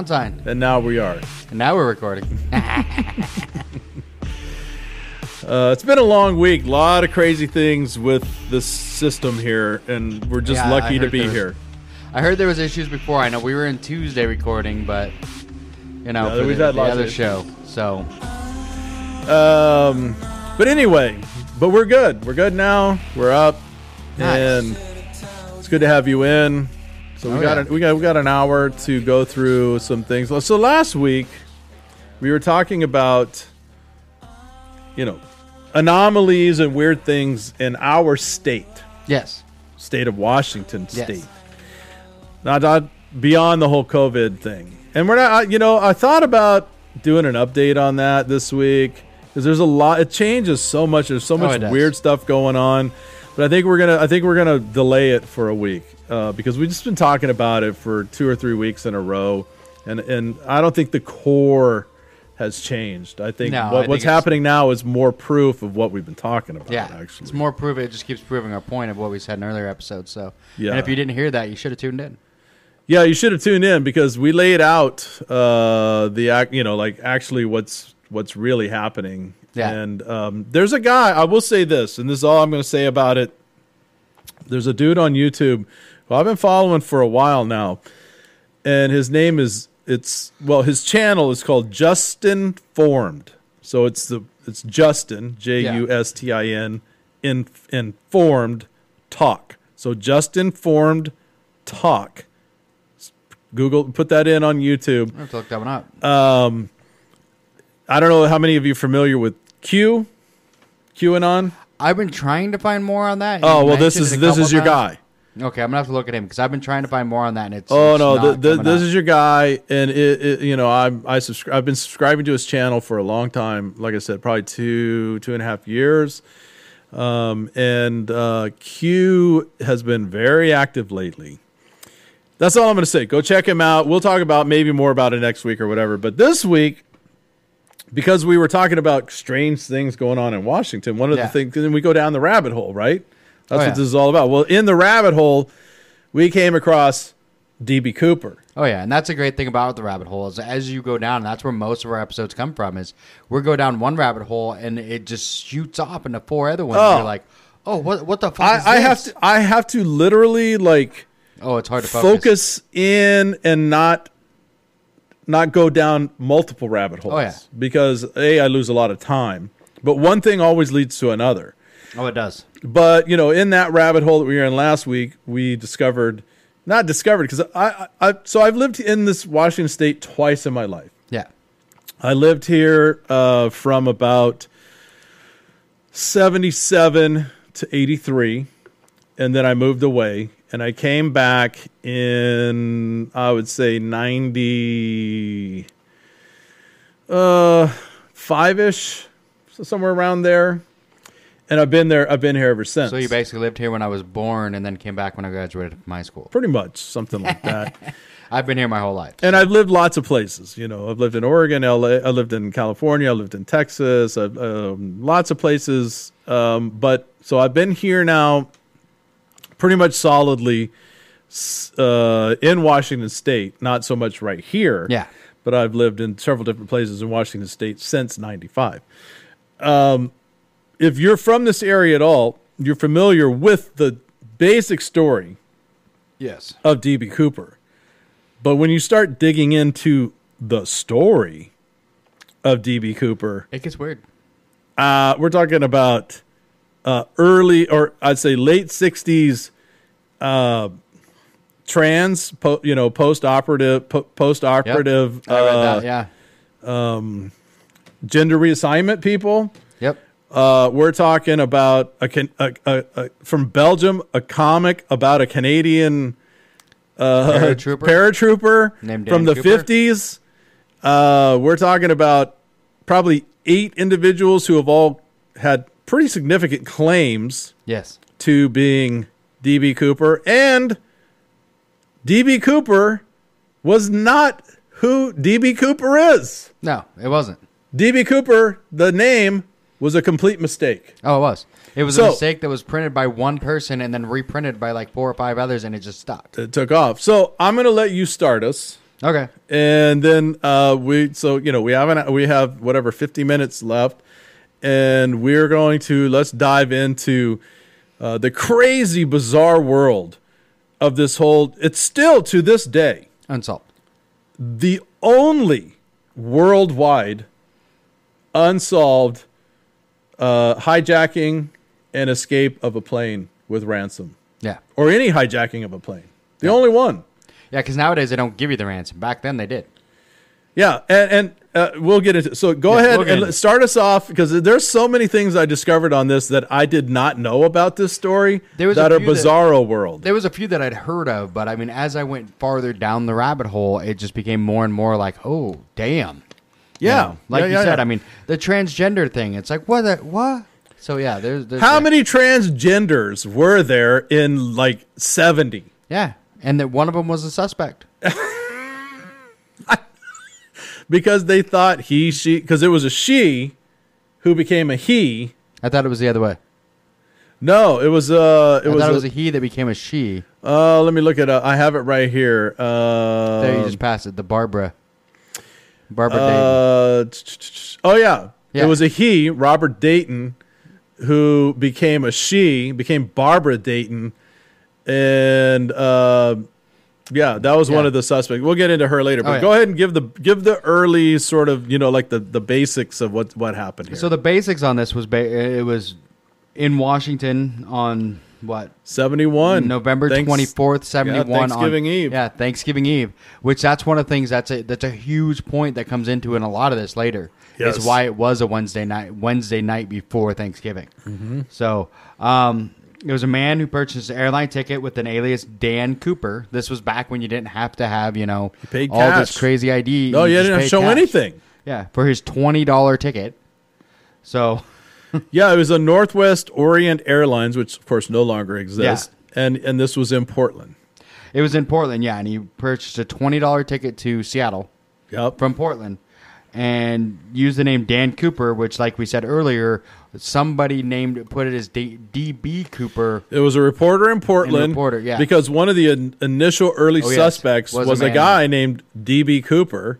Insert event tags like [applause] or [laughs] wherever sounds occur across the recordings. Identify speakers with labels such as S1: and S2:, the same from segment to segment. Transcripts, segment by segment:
S1: downtime,
S2: And now we are.
S1: and now we're recording.
S2: Uh, it's been a long week. A lot of crazy things with this system here, and we're just
S1: Yeah, I
S2: lucky to
S1: heard
S2: be
S1: there was-
S2: here.
S1: I heard there was issues before. I know we were in Tuesday recording, but you know
S2: Yeah,
S1: for
S2: we've
S1: the,
S2: had
S1: the
S2: lots of
S1: other
S2: issues.
S1: show. So
S2: Um, but anyway, but we're good. We're good now. We're up,
S1: Nice.
S2: and it's good to have you in. So we
S1: Oh,
S2: got
S1: yeah.
S2: an, we got we got an hour to go through some things. So last week we were talking about you know anomalies and weird things in our state,
S1: yes,
S2: state of Washington
S1: Yes.
S2: state. Not, not beyond the whole COVID thing. And we're not, I- you know, I thought about doing an update on that this week because there's a lot. It changes so much. There's so
S1: Oh, it
S2: much
S1: does.
S2: weird stuff going on. But I think we're gonna, I think we're gonna delay it for a week uh, because we've just been talking about it for two or three weeks in a row, and and I don't think the core has changed. I think
S1: No,
S2: what,
S1: I think
S2: what's
S1: it's-
S2: happening now is more proof of what we've been talking about.
S1: yeah,
S2: actually,
S1: it's more proof. It just keeps proving our point of what we said in earlier episodes. So
S2: Yeah.
S1: and if you didn't hear that, you should have tuned in.
S2: Yeah, you should have tuned in because we laid out uh, the ac- you know like actually what's what's really happening.
S1: Yeah.
S2: And um, there's a guy. I will say this, and this is all I'm going to say about it. There's a dude on YouTube who I've been following for a while now, and his name is it's well his channel is called Justin Formed. So it's the it's Justin J U S T I N in informed talk. So Justin Formed talk. Google, put that in on
S1: I'm
S2: YouTube.
S1: gonna have to look that one up.
S2: I don't know how many of you are familiar with Q, QAnon.
S1: I've been trying to find more on that. You
S2: Oh well, this
S1: mentioned
S2: is
S1: it a
S2: this
S1: couple
S2: is your
S1: times.
S2: guy.
S1: Okay, I'm gonna have to look at him because I've been trying to find more on that, and it's
S2: Oh
S1: it's
S2: no,
S1: not
S2: th th
S1: coming
S2: this
S1: up.
S2: is your guy, and it, it you know I'm I subscri- I've been subscribing to his channel for a long time. Like I said, probably two two and a half years. Um, and uh, Q has been very active lately. That's all I'm going to say. Go check him out. We'll talk about maybe more about it next week or whatever. But this week, because we were talking about strange things going on in Washington, one of
S1: Yeah.
S2: the things, and then we go down the rabbit hole, right? That's
S1: Oh,
S2: what
S1: yeah.
S2: this is all about. Well, in the rabbit hole, we came across DB Cooper.
S1: Oh yeah, and that's a great thing about the rabbit hole is as you go down, that's where most of our episodes come from. Is we go down one rabbit hole and it just shoots off into four other ones.
S2: Oh.
S1: You're like, oh, what what the fuck? is
S2: I, I have
S1: this?
S2: to I have to literally like
S1: Oh, it's hard to focus.
S2: focus. in and not not go down multiple rabbit holes.
S1: Oh, yeah.
S2: Because A, I lose a lot of time. But one thing always leads to another.
S1: Oh, it does.
S2: But you know, in that rabbit hole that we were in last week, we discovered not discovered because I, I, I so I've lived in this Washington state twice in my life.
S1: Yeah.
S2: I lived here uh, from about 77 to 83, and then I moved away. And I came back in, I would say, 90, uh, five ish, so somewhere around there. And I've been there, I've been here ever since.
S1: So you basically lived here when I was born, and then came back when I graduated from high school.
S2: Pretty much something like
S1: [laughs]
S2: that.
S1: I've been here my whole life.
S2: and I've lived lots of places. You know, I've lived in Oregon, LA, I lived in California, I lived in Texas, I've, um, lots of places. Um, but so I've been here now, pretty much solidly s- uh, in Washington State. Not so much right here.
S1: Yeah.
S2: But I've lived in several different places in Washington State since '95. Um, if you're from this area at all, you're familiar with the basic story
S1: Yes.
S2: of DB Cooper. But when you start digging into the story of DB Cooper,
S1: It gets weird.
S2: uh, we're talking about uh, early or I'd say late 60s uh, trans, po- you know, post-operative, po-
S1: Yep.
S2: post-operative
S1: I read
S2: uh,
S1: that. Yeah.
S2: gender reassignment people.
S1: Yep.
S2: Uh, we're talking about a, can- a, a, a from Belgium, a comic about a Canadian uh,
S1: Paratrooper.
S2: paratrooper
S1: Named Dan
S2: from the
S1: Cooper.
S2: 50s. Uh, we're talking about probably eight individuals who have all had pretty significant claims
S1: yes.
S2: to being DB Cooper. And DB Cooper was not who DB Cooper is.
S1: No, it wasn't.
S2: DB Cooper, the name, was a complete mistake.
S1: Oh, it was. It was
S2: So-
S1: a mistake that was printed by one person
S2: uh,
S1: and then reprinted by like four or five others, and it just stuck.
S2: It took off. So I'm going to let you start us.
S1: Okay.
S2: and then uh, we so you know we have an, we have whatever 50 minutes left and we're going to let's dive into uh, the crazy bizarre world of this whole it's still to this day
S1: Unsolved.
S2: the only worldwide unsolved uh, hijacking and escape of a plane with ransom
S1: Yeah.
S2: or any hijacking of a plane the only one
S1: Yeah, because nowadays they don't give you the ransom. Back then they did.
S2: Yeah, and, and uh, we'll get into. So go
S1: Yeah,
S2: ahead
S1: we'll get
S2: and
S1: into
S2: let-
S1: it.
S2: start us off because there's so many things I discovered on this that I did not know about this story
S1: There was a
S2: that are
S1: few that-
S2: bizarro world.
S1: There was a few that I'd heard of, but I mean, as I went farther down the rabbit hole, it just became more and more like, oh, damn.
S2: yeah,
S1: know? like
S2: yeah,
S1: you
S2: yeah,
S1: said.
S2: yeah.
S1: I mean, the transgender thing. It's like what? The, what? So yeah, there's, there's
S2: how
S1: that.
S2: many transgenders were there in like 70?
S1: Yeah, and that one of them was a suspect.
S2: Because they thought he, she, because it was a she who became a he.
S1: I thought it was the other way.
S2: No, it was a.
S1: I
S2: It was.
S1: thought
S2: a,
S1: it was a he that became a she.
S2: uh, let me look it up. I have it right here. Uh,
S1: There, you just passed it. The Barbara, Barbara Dayton.
S2: Uh, t- t- t- oh yeah.
S1: Yeah.
S2: it was a he, Robert Dayton, who became a she, became Barbara Dayton, and uh, yeah, that was one
S1: Yeah. Oh,
S2: of the suspects. We'll get into her later, but
S1: yeah.
S2: go ahead and give the give the early sort of you know like the the basics of what what happened here.
S1: So the basics on this was ba- it was in Washington on what
S2: seventy one
S1: [laughs] November twenty fourth, seventy one.
S2: Thanksgiving Eve.
S1: Yeah, Thanksgiving Eve. Which that's one of the things that's a that's a huge point that comes into in a lot of this later.
S2: Yes.
S1: Is why it was a Wednesday night Wednesday night before Thanksgiving. So um there was a man who purchased an airline ticket with an alias Dan Cooper. This was back when you didn't have to have, you know,
S2: paid
S1: all
S2: cash.
S1: this crazy ID.
S2: No, you
S1: just
S2: Oh, didn't have to
S1: paid
S2: show
S1: cash.
S2: anything.
S1: Yeah, for his twenty dollar ticket. So [laughs]
S2: Yeah, it was a Northwest Orient Airlines, which of course no longer exists, and and this was in Portland.
S1: it was in Portland, yeah, and he purchased a twenty dollar ticket to Seattle.
S2: Yep.
S1: from Portland and used the name Dan Cooper, which, like we said earlier, somebody named put it as D- DB Cooper.
S2: It was a reporter in Portland.
S1: reporter, yeah.
S2: Because one of the in- initial early
S1: Oh, yes.
S2: suspects was,
S1: Was a
S2: a,
S1: man.
S2: guy named DB Cooper,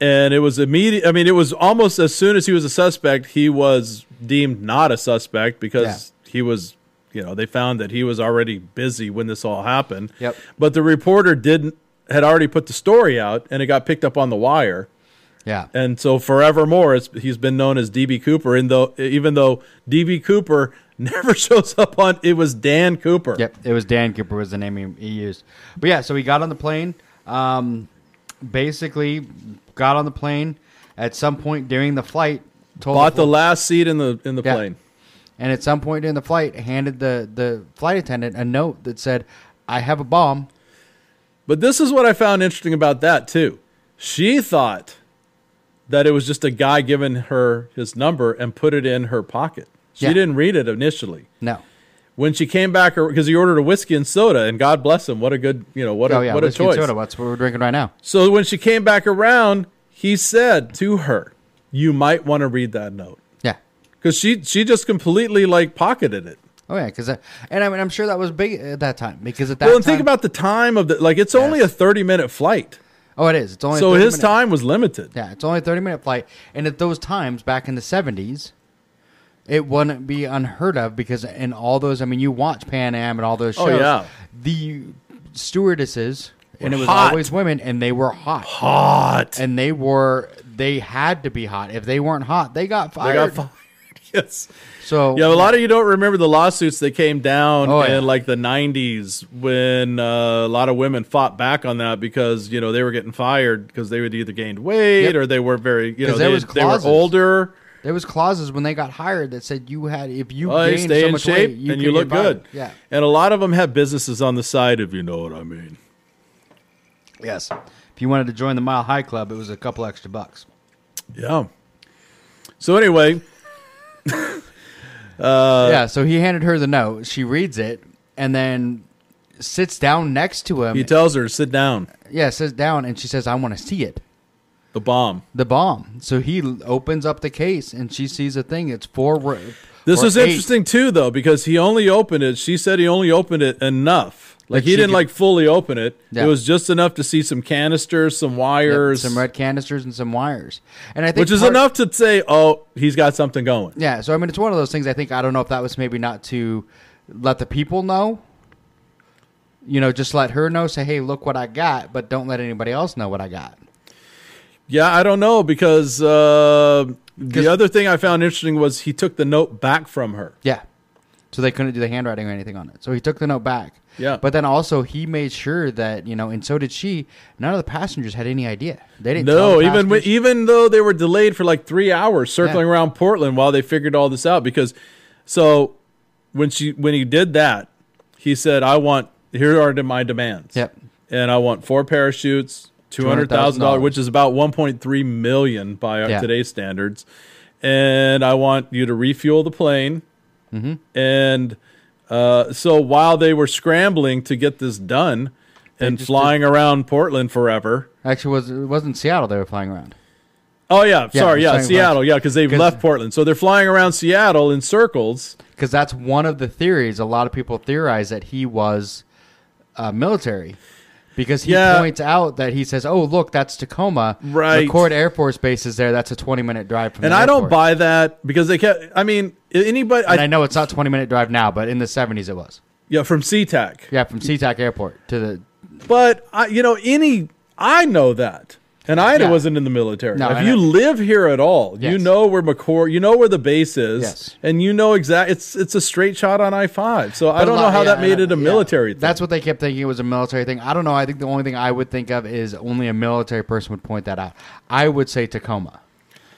S2: and it was immediate. I mean, it was almost as soon as he was a suspect, he was deemed not a suspect because he was. You know, they found that he was already busy when this all happened.
S1: Yep.
S2: But the reporter didn't had already put the story out, and it got picked up on the wire.
S1: Yeah.
S2: And so forevermore, it's, he's been known as DB Cooper. And though, even though DB Cooper [laughs] never shows up on, it was Dan Cooper.
S1: Yep, it was Dan Cooper was the name he, he used. But yeah, so he got on the plane. Um, basically, got on the plane at some point during the flight. Told
S2: Bought
S1: fl-
S2: the last seat in the in the
S1: Yeah.
S2: plane.
S1: and at some point during the flight, handed the the flight attendant a note that said, "I have a bomb."
S2: But this is what I found interesting about that too. She thought that it was just a guy giving her his number and put it in her pocket. She
S1: Yeah.
S2: didn't read it initially.
S1: No.
S2: When she came back, because he ordered a whiskey and soda, and God bless him, what a good, you know, what
S1: Oh
S2: a
S1: yeah,
S2: what a
S1: whiskey and
S2: choice.
S1: soda. That's what we're drinking right now.
S2: So when she came back around, he said to her, "You might want to read that note."
S1: Yeah.
S2: Cuz she she just completely like pocketed it.
S1: Oh yeah, because and I mean I'm sure that was big at that time because at that
S2: well, and
S1: time,
S2: think about the time of the like it's only a 30-minute flight.
S1: oh it is it's only a
S2: So
S1: 30
S2: his
S1: minute-
S2: time was limited.
S1: yeah it's only a thirty minute flight and at those times back in the seventies it wouldn't be unheard of because in all those I mean you watch Pan Am and all those
S2: Oh,
S1: shows
S2: yeah.
S1: the stewardesses and
S2: Were
S1: it was
S2: hot.
S1: always women and they were hot
S2: Hot.
S1: and they were they had to be hot if they weren't hot they got
S2: they
S1: fired
S2: got fired. [laughs] yes.
S1: so
S2: Yeah, a lot of you don't remember the lawsuits that came down
S1: Oh,
S2: in
S1: yeah.
S2: like the 90s when uh, a lot of women fought back on that because, you know, they were getting fired because they would either gained weight
S1: Yep.
S2: or they were very, you know,
S1: there
S2: they,
S1: was
S2: they were
S1: clauses.
S2: older.
S1: there was clauses when they got hired that said you had if you
S2: Well, you
S1: gained
S2: stay
S1: so
S2: in
S1: much
S2: shape
S1: weight you
S2: and
S1: could
S2: you look
S1: get fired.
S2: good.
S1: yeah
S2: And a lot of them have businesses on the side, if you know what I mean.
S1: Yes. If you wanted to join the Mile High Club, it was a couple extra bucks.
S2: Yeah. So anyway, Uh,
S1: yeah, so he handed her the note. She reads it and then sits down next to him.
S2: he tells her to sit down.
S1: yeah, sits down and she says, I want to see it.
S2: The bomb.
S1: The bomb. So he l- opens up the case and she sees a thing. It's four, ro-
S2: This
S1: Or
S2: is
S1: eight.
S2: interesting too, though, because he only opened it. She said he only opened it enough. Like
S1: That
S2: he
S1: she
S2: didn't
S1: could-
S2: like fully open it.
S1: Yeah.
S2: It was just enough to see some canisters, some
S1: Yep,
S2: wires,
S1: some red canisters and some wires, and I think
S2: which is
S1: part-
S2: enough to say, oh, he's got something going.
S1: Yeah, so I mean, it's one of those things. I think I don't know if that was maybe not to let the people know. You know, just let her know. Say, hey, look what I got, but don't let anybody else know what I got.
S2: Yeah, I don't know because uh, the
S1: 'Cause-
S2: other thing I found interesting was he took the note back from her.
S1: Yeah. So they couldn't do the handwriting or anything on it. So he took the note back.
S2: Yeah.
S1: But then also he made sure that you know, and so did she. None of the passengers had any idea. They didn't. tell
S2: No,
S1: the
S2: even when, e-
S1: passengers.
S2: even though they were delayed for like three hours circling
S1: Yeah.
S2: around Portland while they figured all this out, because so when she when he did that, he said, "I want here are my demands."
S1: Yep.
S2: and I want four parachutes, two hundred thousand dollars,
S1: $200,000.
S2: which is about one point three million by our
S1: Yeah.
S2: today's standards, and I want you to refuel the plane,
S1: Mm-hmm.
S2: and uh, so while they were scrambling to get this done. And
S1: just
S2: flying around Portland forever.
S1: actually was it wasn't Seattle they were flying around.
S2: Oh yeah,
S1: Yeah,
S2: sorry,
S1: I'm
S2: yeah,
S1: saying
S2: Seattle,
S1: lunch.
S2: yeah, because they've
S1: 'Cause-
S2: left Portland, so they're flying around Seattle in circles.
S1: because that's one of the theories. A lot of people theorize that he was uh, military because he
S2: Yeah.
S1: points out that he says, "Oh, look, that's Tacoma.
S2: Right.
S1: McCord Air Force Base is there. That's a twenty-minute drive from."
S2: And
S1: the
S2: I don't
S1: airport."
S2: buy that because they kept. I mean, anybody,
S1: And I,
S2: I,
S1: know it's not twenty-minute drive now, but in the seventies it was.
S2: yeah, from SeaTac.
S1: Yeah, from SeaTac Airport to the.
S2: But I, you know, any I know that, and I
S1: Yeah.
S2: wasn't in the military.
S1: No,
S2: if
S1: and
S2: you
S1: I-
S2: live here at all, you
S1: Yes.
S2: know where McCord, you know where the base is,
S1: Yes.
S2: and you know exact. It's it's a straight shot on I five. So I
S1: But a
S2: don't know
S1: lot-
S2: how
S1: yeah,
S2: that made
S1: and I-
S2: it a
S1: yeah.
S2: military. thing.
S1: That's what they kept thinking it was a military thing. I don't know. I think the only thing I would think of is only a military person would point that out. I would say Tacoma.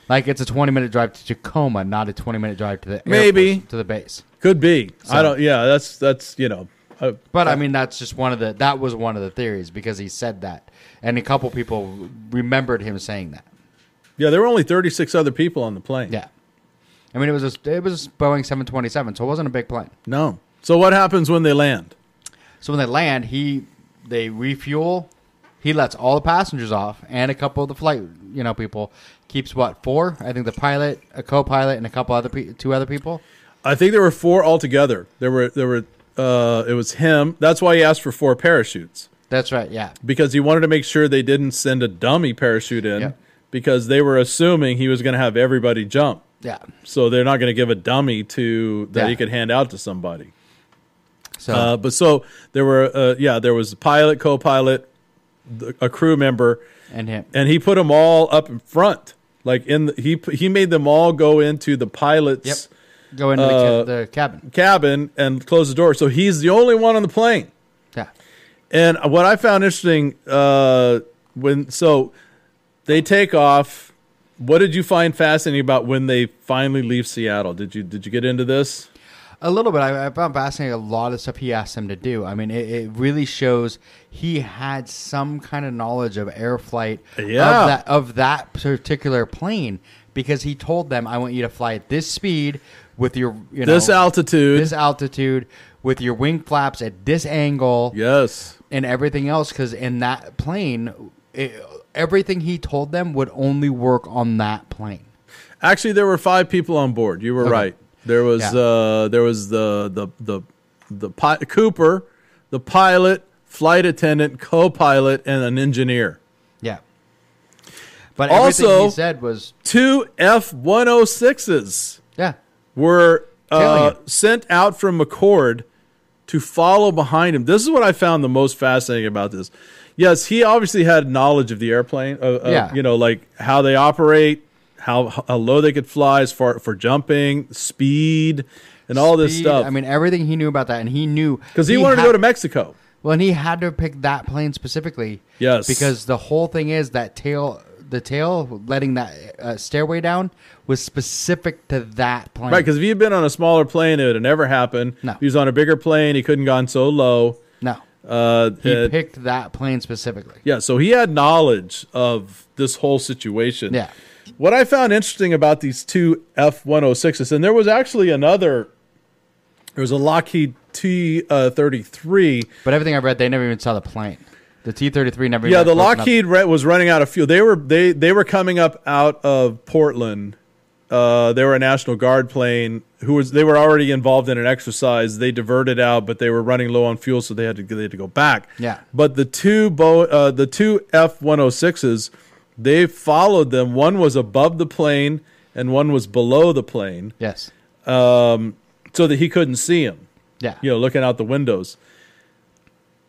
S1: Like it's a twenty-minute drive to Tacoma, not a twenty-minute drive to the Air
S2: Maybe.
S1: Force- to the base.
S2: could be. I
S1: So-
S2: don't. Yeah, that's that's you know. uh,
S1: But I mean, that's just one of the that was one of the theories because he said that, and a couple people remembered him saying that.
S2: yeah, there were only thirty six other people on the plane.
S1: Yeah, I mean, it was a, it was a Boeing seven twenty seven, so it wasn't a big plane.
S2: No. So what happens when they land?
S1: So when they land, he they refuel. He lets all the passengers off and a couple of the flight, you know, people. Keeps what four? I think the pilot, a co-pilot, and a couple other pe- two other people.
S2: I think there were four altogether. There were there were uh, it was him. That's why he asked for four parachutes
S1: That's right. Yeah,
S2: because he wanted to make sure they didn't send a dummy parachute in
S1: Yeah.
S2: because they were assuming he was going to have everybody jump.
S1: yeah.
S2: So they're not going to give a dummy to that he
S1: Yeah.
S2: could hand out to somebody.
S1: So
S2: Uh, but so there were uh, yeah there was a pilot, co-pilot, th- a crew member,
S1: and him.
S2: and he put them all up in front. Like in the, he pu- he made them all go into the pilot's.
S1: Yep. Go into
S2: uh,
S1: the, ca- the cabin.
S2: cabin and close the door. So he's the only one on the plane.
S1: Yeah.
S2: And what I found interesting uh, when so they take off. What did you find fascinating about when they finally leave Seattle? Did you did you get into this?
S1: A little bit. I, I found fascinating a lot of stuff he asked them to do. I mean, it, it really shows he had some kind of knowledge of air flight
S2: Yeah.
S1: of, that, of that particular plane because he told them, "I want you to fly at this speed with your you know
S2: this altitude.
S1: this altitude with your wing flaps at this angle
S2: yes.
S1: and everything else." Because in that plane, it, everything he told them would only work on that plane.
S2: Actually, there were five people on board. You were
S1: Okay.
S2: right. There was
S1: Yeah.
S2: uh, there was the the the the pi- Cooper, the pilot, flight attendant, co-pilot, and an engineer.
S1: Yeah. But everything
S2: Also-
S1: he said was
S2: Two F one hundred sixes.
S1: yeah.
S2: were uh,
S1: Killing
S2: sent out from McCord to follow behind him. This is what I found the most fascinating about this. Yes, he obviously had knowledge of the airplane, uh, uh,
S1: Yeah.
S2: you know, like how they operate, how, how low they could fly as far for jumping, speed, and all this
S1: Speed,
S2: stuff.
S1: I mean, everything he knew about that, and he knew
S2: because he, wanted to go
S1: had-
S2: to Mexico.
S1: Well, and he had to pick that plane specifically.
S2: Yes.
S1: because the whole thing is that tail, the tail letting that uh, stairway down was specific to that plane.
S2: Right, because if he had been on a smaller plane, it would have never happened.
S1: No.
S2: He was on a bigger plane. He couldn't gone so low.
S1: no,
S2: Uh,
S1: he
S2: uh,
S1: picked that plane specifically.
S2: Yeah, so he had knowledge of this whole situation.
S1: Yeah.
S2: What I found interesting about these two F 106s, and there was actually another, there was a Lockheed T uh, 33.
S1: But everything I read, they never even saw the plane. The T thirty three never.
S2: Yeah,
S1: even
S2: the
S1: got close enough.
S2: Lockheed re- was running out of fuel. They were they they were coming up out of Portland Uh, they were a National Guard plane who was they were already involved in an exercise. They diverted out, but they were running low on fuel, so they had to they had to go back.
S1: Yeah.
S2: But the two Bo- uh, the two F one hundred sixes, they followed them. One was above the plane, and one was below the plane,
S1: Yes.
S2: so that he couldn't see him
S1: Yeah.
S2: you know, looking out the windows.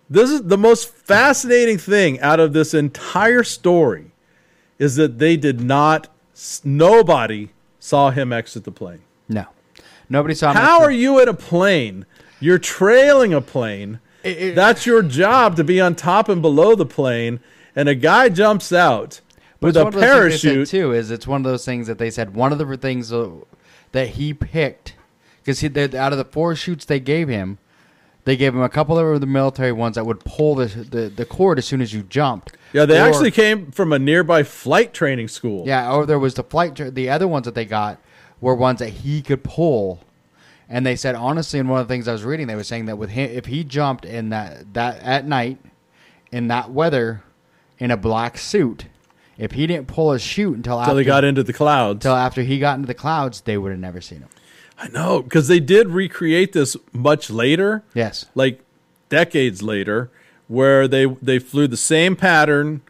S2: This is the most fascinating thing out of this entire story is that they did not s- nobody saw him exit the plane.
S1: No. Nobody saw him.
S2: How are you at a plane? You're trailing a plane.
S1: It- it-
S2: That's your job to be on top and below the plane and a guy jumps out with
S1: It's
S2: a
S1: one of those things they said,
S2: parachute.
S1: too is it's one of those things that they said one of the things uh, that he picked because out of the four shoots they gave him they gave him a couple that were the military ones that would pull the the, the cord as soon as you jumped
S2: Yeah, they
S1: Or-
S2: actually came from a nearby flight training school.
S1: yeah or there was the flight tr- the other ones that they got were ones that he could pull and they said honestly in one of the things i was reading they were saying that with him if he jumped in that that at night in that weather in a black suit if he didn't pull a chute until
S2: Until
S1: after
S2: they got into the clouds.
S1: until after he got into the clouds, they would have never seen him.
S2: I know because they did recreate this much later,
S1: Yes.
S2: like decades later, where they they flew the same pattern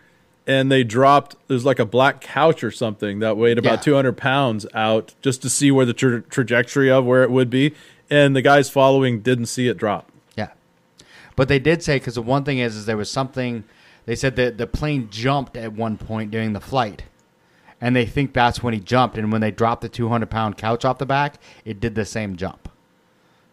S2: and they dropped there's like a black couch or something that weighed about
S1: Yeah.
S2: 200 pounds out just to see where the tra- trajectory of where it would be, and the guys following didn't see it drop.
S1: Yeah. But they did say because the one thing is, is there was something. They said that the plane jumped at one point during the flight, and they think that's when he jumped. And when they dropped the 200 pound couch off the back, it did the same jump.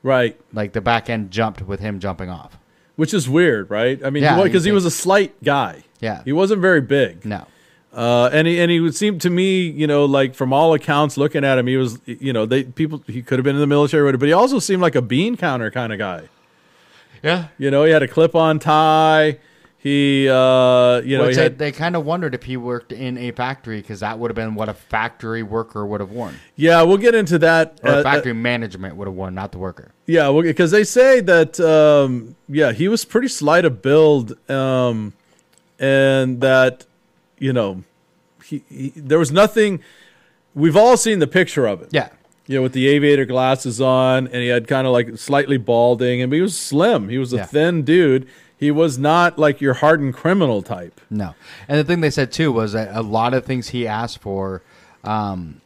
S2: Right,
S1: Like the back end jumped with him jumping off.
S2: which is weird, right? I mean,
S1: Yeah,
S2: because he
S1: you'd
S2: was a slight guy.
S1: Yeah.
S2: he wasn't very big.
S1: No.
S2: Uh, and he, and he would seem to me, you know, like from all accounts, looking at him, he was, you know, they people he could have been in the military, whatever, but he also seemed like a bean counter kind of guy.
S1: Yeah.
S2: You know, he had a clip-on tie. He, uh, you know, he
S1: Which they,
S2: had,
S1: they kind of wondered if he worked in a factory because that would have been what a factory worker would have worn,
S2: yeah. We'll get into that.
S1: or
S2: uh,
S1: a
S2: uh,
S1: factory management would have worn, not the worker.
S2: Yeah, because they say that um, yeah, he was pretty slight of build, um, and that you know, he, he there was nothing. We've all seen the picture of it.
S1: Yeah.
S2: you know, with the aviator glasses on, and he had kind of like slightly balding, and but he was slim. He was a
S1: Yeah.
S2: thin dude. He was not like your hardened criminal type.
S1: No. And the thing they said too was that a lot of things he asked for, um,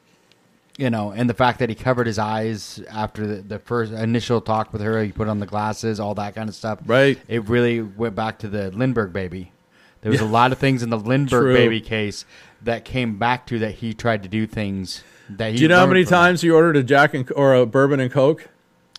S1: you know, and the fact that he covered his eyes after the, the first initial talk with her, he put on the glasses, all that kind of stuff.
S2: Right.
S1: It really went back to the Lindbergh baby. There was
S2: Yeah.
S1: a lot of things in the Lindbergh
S2: True.
S1: baby case that came back to that he tried to do things that he.
S2: Do you know how
S1: learned
S2: many
S1: from-
S2: times he ordered a Jack and or a bourbon and Coke?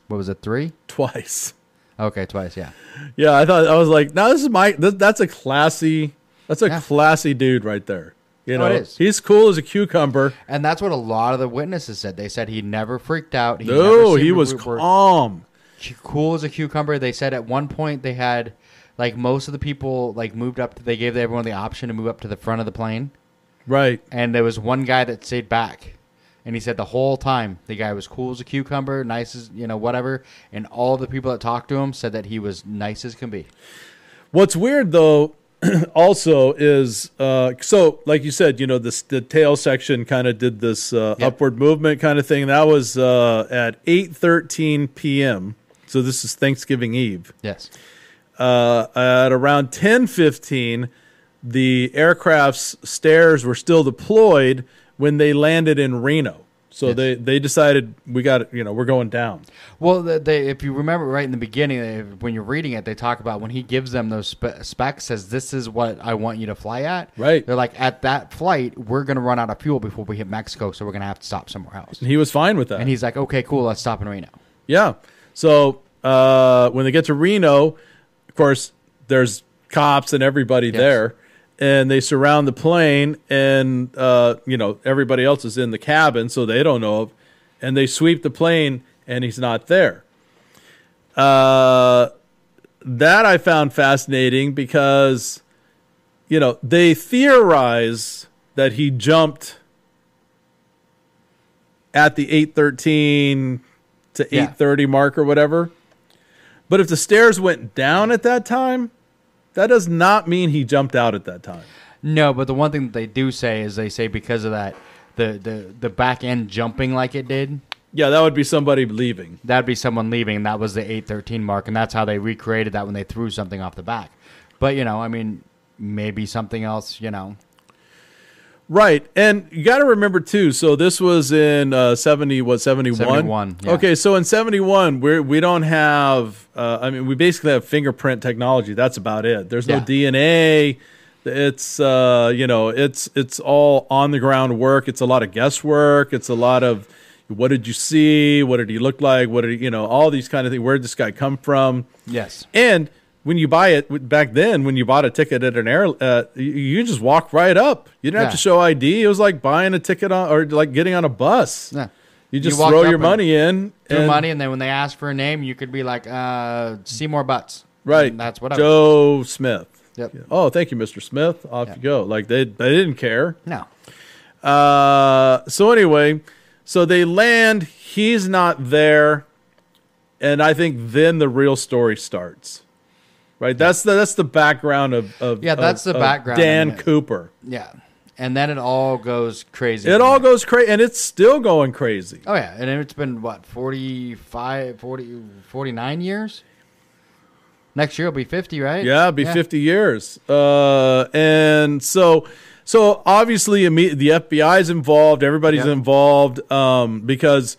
S1: What was it? Three.
S2: Twice. [laughs]
S1: Okay, twice. Yeah.
S2: Yeah, I thought I was like, no, this is my. Th- that's a classy. That's a
S1: Yeah.
S2: classy dude right there. You
S1: Oh,
S2: know,
S1: it is.
S2: he's cool as a cucumber.
S1: And that's what a lot of the witnesses said. They said he never freaked out. He never
S2: No,
S1: seemed
S2: he
S1: to
S2: was
S1: re- were-
S2: calm.
S1: cu- cool as a cucumber. They said at one point they had like most of the people like moved up. To, they gave everyone the option to move up to the front of the plane,
S2: Right.
S1: and there was one guy that stayed back. And he said the whole time the guy was cool as a cucumber, nice as you know whatever. And all the people that talked to him said that he was nice as can be.
S2: What's weird though, [clears throat] also is uh, so like you said, you know, this the tail section kind of did this uh,
S1: Yeah.
S2: upward movement kind of thing. That was uh, at eight thirteen p.m. So this is Thanksgiving Eve.
S1: Yes,
S2: Uh, at around ten fifteen, the aircraft's stairs were still deployed when they landed in Reno. So
S1: Yes.
S2: they they decided we got you know we're going down.
S1: Well, the- they, if you remember right in the beginning, eh, when you're reading it, they talk about when he gives them those spe- specs, says, This is what I want you to fly at.
S2: Right.
S1: They're like, At that flight, we're going to run out of fuel before we hit Mexico, so we're going to have to stop somewhere else.
S2: And he was fine with that.
S1: And he's like, Okay, cool, let's stop in Reno.
S2: Yeah. So uh, when they get to Reno, of course, there's cops and everybody there, and they surround the plane, and uh, you know everybody else is in the cabin, so they don't know, and they sweep the plane, and he's not there. Uh, that I found fascinating because, you know, they theorize that he jumped at the eight thirteen to
S1: Yeah.
S2: eight thirty mark or whatever. But if the stairs went down at that time, that does not mean he jumped out at that time.
S1: No, but the one thing that they do say is they say because of that, the the the back end jumping like it did.
S2: Yeah, that would be somebody leaving.
S1: That'd be someone leaving. and That was the eight thirteen mark, and that's how they recreated that when they threw something off the back. But you know, I mean, maybe something else. You know,
S2: Right, and you got to remember too. So this was in uh, seventy, what seventy one?
S1: 71, yeah.
S2: Okay, so in seventy one, we we don't have. Uh, I mean, we basically have fingerprint technology. That's about it. There's no
S1: Yeah.
S2: DNA. It's uh, you know, it's it's all on the ground work. It's a lot of guesswork. It's a lot of what did you see? What did he look like? What did he, you know? All these kind of things. Where did this guy come from?
S1: yes,
S2: And when you buy it back then, when you bought a ticket at an air, uh, you, you just walk right up. You didn't have
S1: Yeah.
S2: to show ID. It was like buying a ticket on, or like getting on a bus.
S1: Yeah.
S2: You
S1: You
S2: just
S1: walked
S2: throw
S1: up
S2: your
S1: and-
S2: money in.
S1: threw
S2: and-
S1: money, and then when they asked for a name, you could be like uh, Seymour Butts.
S2: Right.
S1: And that's what I was.
S2: Joe Smith.
S1: Yep.
S2: Oh, thank you, Mr. Smith. Off you go. Like they, they didn't care.
S1: No.
S2: Uh, so anyway, so they land. He's not there, and I think then the real story starts. Right. That's the that's the background of, of
S1: Yeah, that's
S2: of-
S1: the
S2: of
S1: background.
S2: Dan
S1: And it-
S2: Cooper.
S1: Yeah. And then it all goes crazy.
S2: It all goes crazy, and it's still going crazy.
S1: Oh yeah, and it's been what 45, 40, 49 years. Next year will be fifty, right?
S2: Yeah, it'd be fifty years, uh, and so so obviously imme- the FBI's involved, everybody's
S1: Yeah.
S2: involved um, because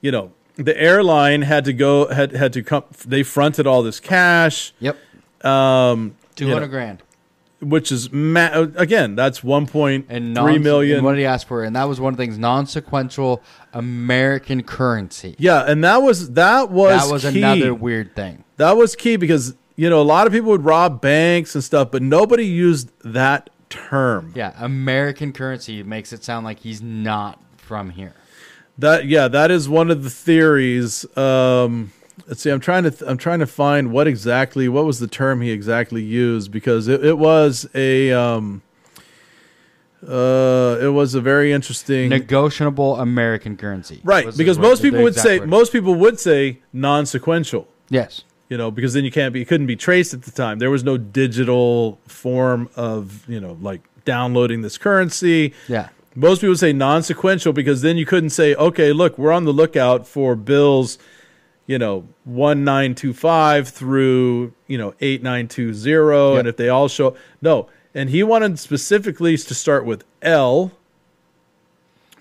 S2: you know the airline had to go had had to come. They fronted all this cash,
S1: Yep.
S2: um,
S1: Two hundred
S2: know,
S1: grand
S2: which is ma- again that's one point
S1: and non-
S2: three million.
S1: and what did he ask for? And that was one of the things non-sequential American currency.
S2: yeah, and that was that was
S1: that was
S2: key.
S1: another weird thing.
S2: That was key because you know a lot of people would rob banks and stuff, but nobody used that term.
S1: Yeah, American currency makes it sound like he's not from here.
S2: That yeah, that is one of the theories. Um, let's see, I'm trying to th- I'm trying to find what exactly what was the term he exactly used because it, it was a um, uh, it was a very interesting
S1: Negotiable American currency.
S2: right
S1: was the
S2: because
S1: word-
S2: most
S1: the
S2: people would
S1: exact
S2: say
S1: word.
S2: most people would say non-sequential.
S1: yes.
S2: you know, because then you can't be, it couldn't be traced at the time. There was no digital form of, you know, like downloading this currency.
S1: Yeah.
S2: Most people say non sequential because then you couldn't say, okay, look, we're on the lookout for bills, you know, 1925 through, you know, 8920. And
S1: Yeah.
S2: if they all show, no. And he wanted specifically to start with L,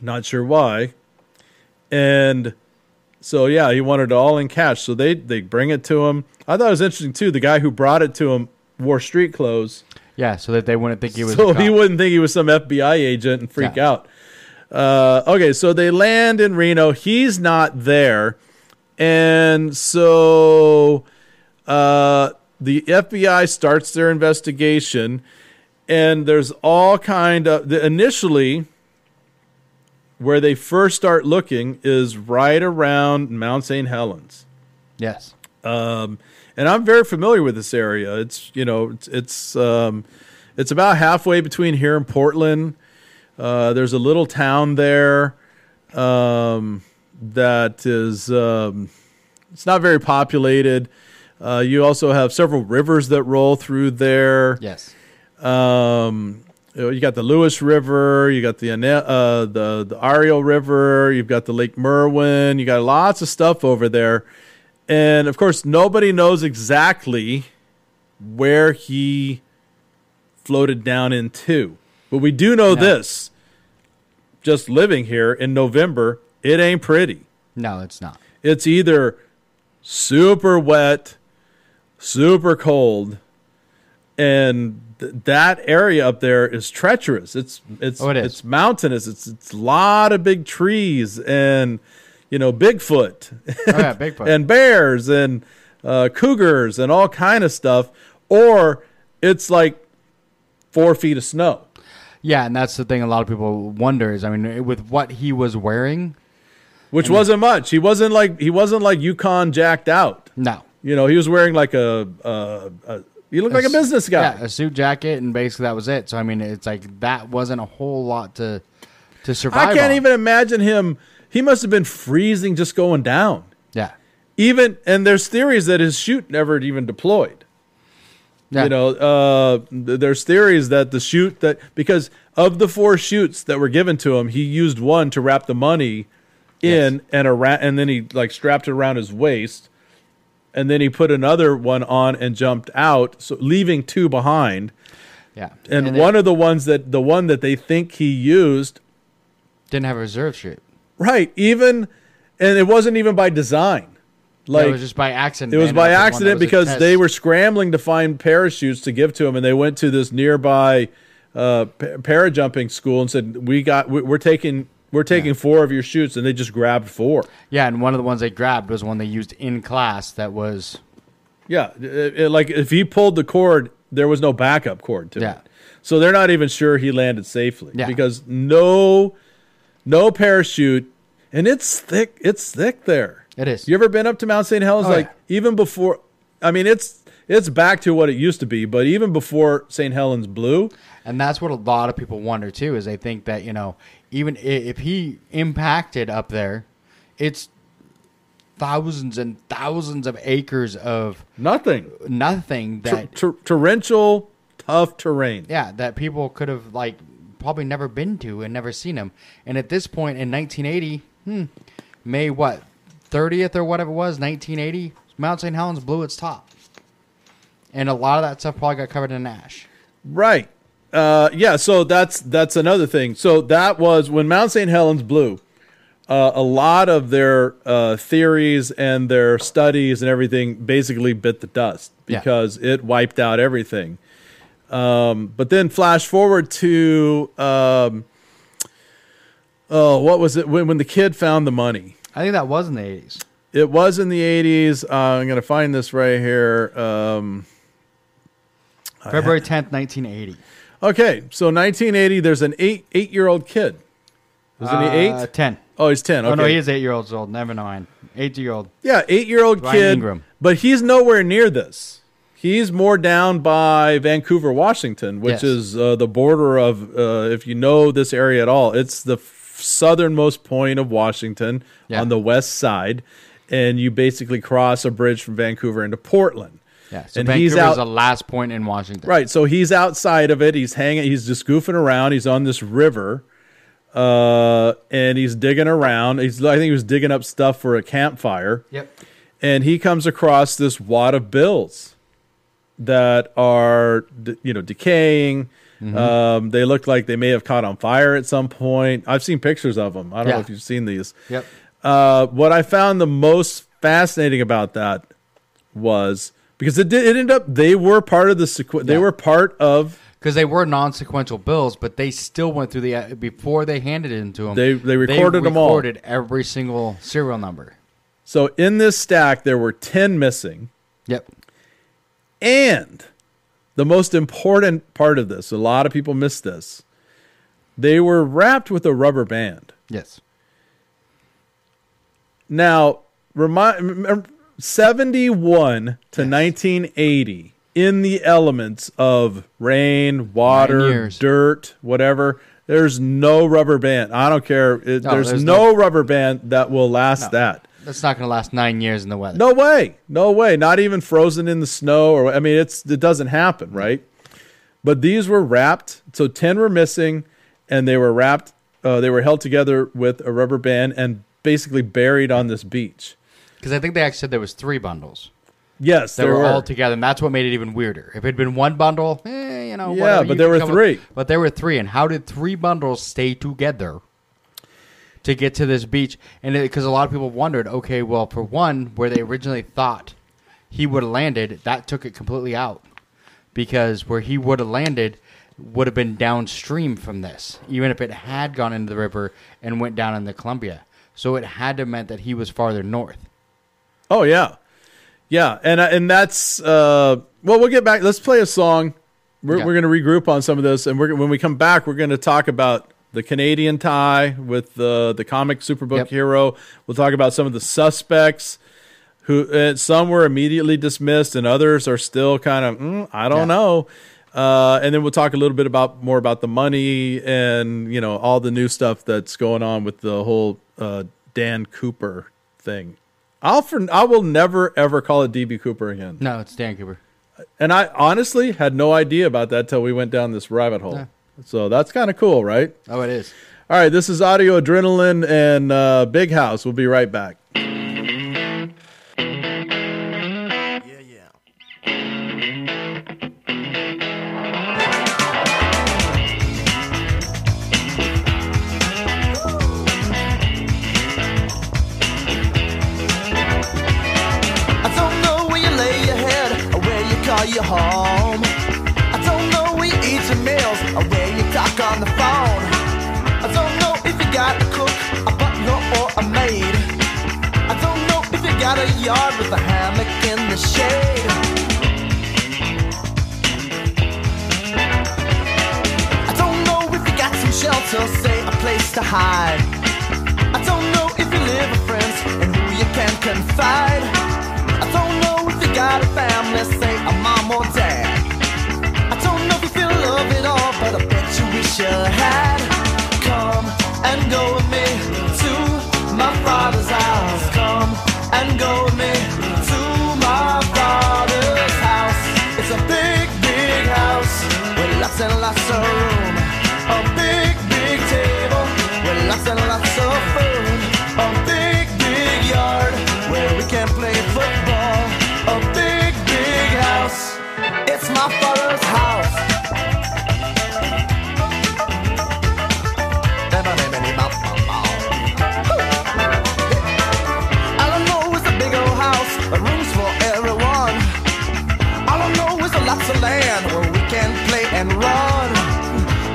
S2: not sure why. And so yeah, he wanted it all in cash. So they they bring it to him. I thought it was interesting too. The guy who brought it to him wore street clothes,
S1: Yeah, so that they wouldn't think he was.
S2: [laughs] so
S1: a
S2: he
S1: cop.
S2: wouldn't think he was some FBI agent and freak
S1: Yeah.
S2: out. Uh, okay, so they land in Reno. He's not there, and so uh, the FBI starts their investigation, and there's all kind of the, initially where they first start looking is right around Mount St. Helens.
S1: Yes.
S2: Um, and I'm very familiar with this area. It's you know it's it's, um, it's about halfway between here and Portland. Uh, there's a little town there um, that is um, it's not very populated. Uh, you also have several rivers that roll through there.
S1: Yes.
S2: Um, you know, you got the Lewis River, you got the Ane- uh, the the Ariel River, you've got the Lake Merwin, you got lots of stuff over there, and of course nobody knows exactly where he floated down into, but we do know
S1: No.
S2: this. Just living here in November, it ain't pretty
S1: No, it's
S2: [laughs]
S1: not.
S2: it's either super wet, super cold, and th- that area up there is treacherous. It's it's
S1: Oh, it is.
S2: it's mountainous. It's it's a lot of big trees and you know Bigfoot [laughs]
S1: Oh yeah, Bigfoot.
S2: and bears and uh, cougars and all kind of stuff. Or it's like four feet of snow.
S1: yeah, and that's the thing. A lot of people wonder is, I mean, with what he was wearing.
S2: Which wasn't much. He wasn't like he wasn't like Yukon jacked out.
S1: No,
S2: You know, he was wearing like a, a, a he looked like a business guy.
S1: yeah, a suit jacket, and basically that was it. So I mean, it's like that wasn't a whole lot to to survive.
S2: I can't
S1: on.
S2: even imagine him. He must have been freezing just going down.
S1: Yeah.
S2: Even and there's theories that his chute never even deployed.
S1: Yeah.
S2: You know, uh, th- there's theories that the chute that because Of the four chutes that were given to him, he used one to wrap the money in and around, and then he like strapped it around his waist, and then he put another one on and jumped out, so leaving two behind.
S1: Yeah.
S2: And,
S1: they
S2: one of the ones that the one that they think he used,
S1: didn't have a reserve chute.
S2: right? Even, and it wasn't even by design. Like
S1: it was just by accident.
S2: It was
S1: man,
S2: by
S1: that's the one that
S2: accident
S1: was a
S2: because
S1: test.
S2: they were scrambling to find parachutes to give to him, and they went to this nearby uh, pa- parajumping school and said, "We got, we- we're taking, we're taking four of your shoots," and they just grabbed four.
S1: Yeah, and one of the ones they grabbed was one they used in class. That was
S2: Yeah, it- it- like if he pulled the cord, there was no backup cord to
S1: Yeah.
S2: it. So they're not even sure he landed safely
S1: Yeah.
S2: because no, no parachute, and it's thick. It's thick there.
S1: it is.
S2: You ever been up to Mount St. Helens?
S1: Oh,
S2: like even before, I mean, it's it's back to what it used to be, but even before St. Helens blew,
S1: And that's what a lot of people wonder too, is they think that you know, even i- if he impacted up there, it's thousands and thousands of acres of
S2: nothing.
S1: nothing
S2: Ter-
S1: that
S2: ter- torrential, tough terrain.
S1: yeah that people could have like probably never been to and never seen him. And at this point in 1980, hmm, May what 30th or whatever it was, 1980, Mount St. Helens blew its top, and a lot of that stuff probably got covered in ash.
S2: Right. Uh, yeah. So that's that's another thing. So that was when Mount St. Helens blew. Uh, a lot of their uh, theories and their studies and everything basically bit the dust
S1: Yeah.
S2: because it wiped out everything. Um, but then flash forward to um, oh, what was it when when the kid found the money?
S1: I think that was in the 80s.
S2: It was in the eighties. Uh, I'm gonna find this right here. Um,
S1: February 10th, 1980.
S2: Okay, so 1980, there's an eight eight year old kid. Isn't he
S1: Uh,
S2: eight?
S1: 10.
S2: Oh, he's ten. Okay.
S1: Oh, no, he is eight year olds old. Never mind. Eight year old.
S2: Yeah, eight year old
S1: Ryan
S2: kid.
S1: Ingram.
S2: But he's nowhere near this. He's more down by Vancouver, Washington,
S1: Yes.
S2: which is uh, the border of, uh, if you know this area at all, it's the f- southernmost point of Washington
S1: Yeah.
S2: on the west side. And you basically cross a bridge from Vancouver into Portland.
S1: Yeah. So
S2: and
S1: Vancouver
S2: he's out
S1: the last point in Washington.
S2: Right. So he's outside of it. He's hanging. He's just goofing around. He's on this river, uh, and he's digging around. He's I think he was digging up stuff for a campfire,
S1: Yep.
S2: and he comes across this wad of bills that are d- you know decaying.
S1: Mm-hmm.
S2: Um, they look like they may have caught on fire at some point. I've seen pictures of them. I don't know
S1: Yeah.
S2: if you've seen these.
S1: Yep.
S2: Uh, what I found the most fascinating about that was because it did it ended up they were part of the sequ- they
S1: Yeah.
S2: were part of
S1: Because they were non sequential bills, but they still went through the. uh, Before they handed it into him,
S2: They- they recorded 'em all.
S1: recorded every single serial number.
S2: so in this stack there were 10 missing
S1: Yep.
S2: and the most important part of this a lot of people miss this they were wrapped with a rubber band
S1: Yes.
S2: now remind remember, 71 to 1980 in the elements of rain
S1: Nine
S2: water
S1: years.
S2: dirt whatever there's no rubber band i don't care It-
S1: No,
S2: there's,
S1: there's
S2: no, rubber band that will last that
S1: That's not going to last nine years in the weather.
S2: No way. No way. Not even frozen in the snow or I mean it's it doesn't happen, right? But these were wrapped. So 10 were missing and they were wrapped uh, they were held together with a rubber band and basically buried on this beach.
S1: Because I think they actually said there was three bundles
S2: Yes,
S1: that
S2: there
S1: were,
S2: were.
S1: all together, and that's what made it even weirder. If it had been one bundle, eh, you know.
S2: Yeah,
S1: whatever,
S2: but
S1: you
S2: there
S1: could
S2: were
S1: come
S2: three.
S1: With, but there were three, and how did three bundles stay together to get to this beach? And because a lot of people wondered, okay, well, for one, where they originally thought he would have landed, that took it completely out because where he would have landed would have been downstream from this, even if it had gone into the river and went down in the Columbia. So it had to meant that he was farther north.
S2: oh yeah. Yeah, and I- and that's uh well we'll get back. Let's play a song. We're
S1: Okay.
S2: we're going to regroup on some of this and we're when we come back we're going to talk about the Canadian tie with the the comic superbook
S1: Yep.
S2: hero. We'll talk about some of the suspects. who uh, some were immediately dismissed and others are still kind of mm, I don't
S1: Yeah.
S2: know. Uh, and then we'll talk a little bit about more about the money and you know all the new stuff that's going on with the whole uh, Dan Cooper thing. I'll for, I will never ever call it DB Cooper again.
S1: No, it's Dan Cooper.
S2: And I honestly had no idea about that till we went down this rabbit hole. So that's kind of cool, right?
S1: Oh, it is.
S2: All right, this is Audio Adrenaline and uh, Big House. We'll be right back.
S3: Yeah, yeah. I don't know where you lay your head or where you call your home. I don't know where you eat your meals or where you talk on the phone. I don't know if you got a cook, a butler, or a maid. I don't know if you got a yard with a hammock in the shade. I don't know if you got some shelter, say a place to hide. I don't know if you live with friends and who you can confide. I don't know if you got a family, say a mom or dad. I don't know if you feel love at all, but I bet you wish you had. Come and go with me to my father's house. Come and go with me to my father's house. It's a big, big house with lots and lots of room. A big, big table with lots and lots of food. A big, big yard where we can play football. A big, big house. It's my father's house. All I know is a big old house, a rooms for everyone. All I know is a lots of land where we can play and run.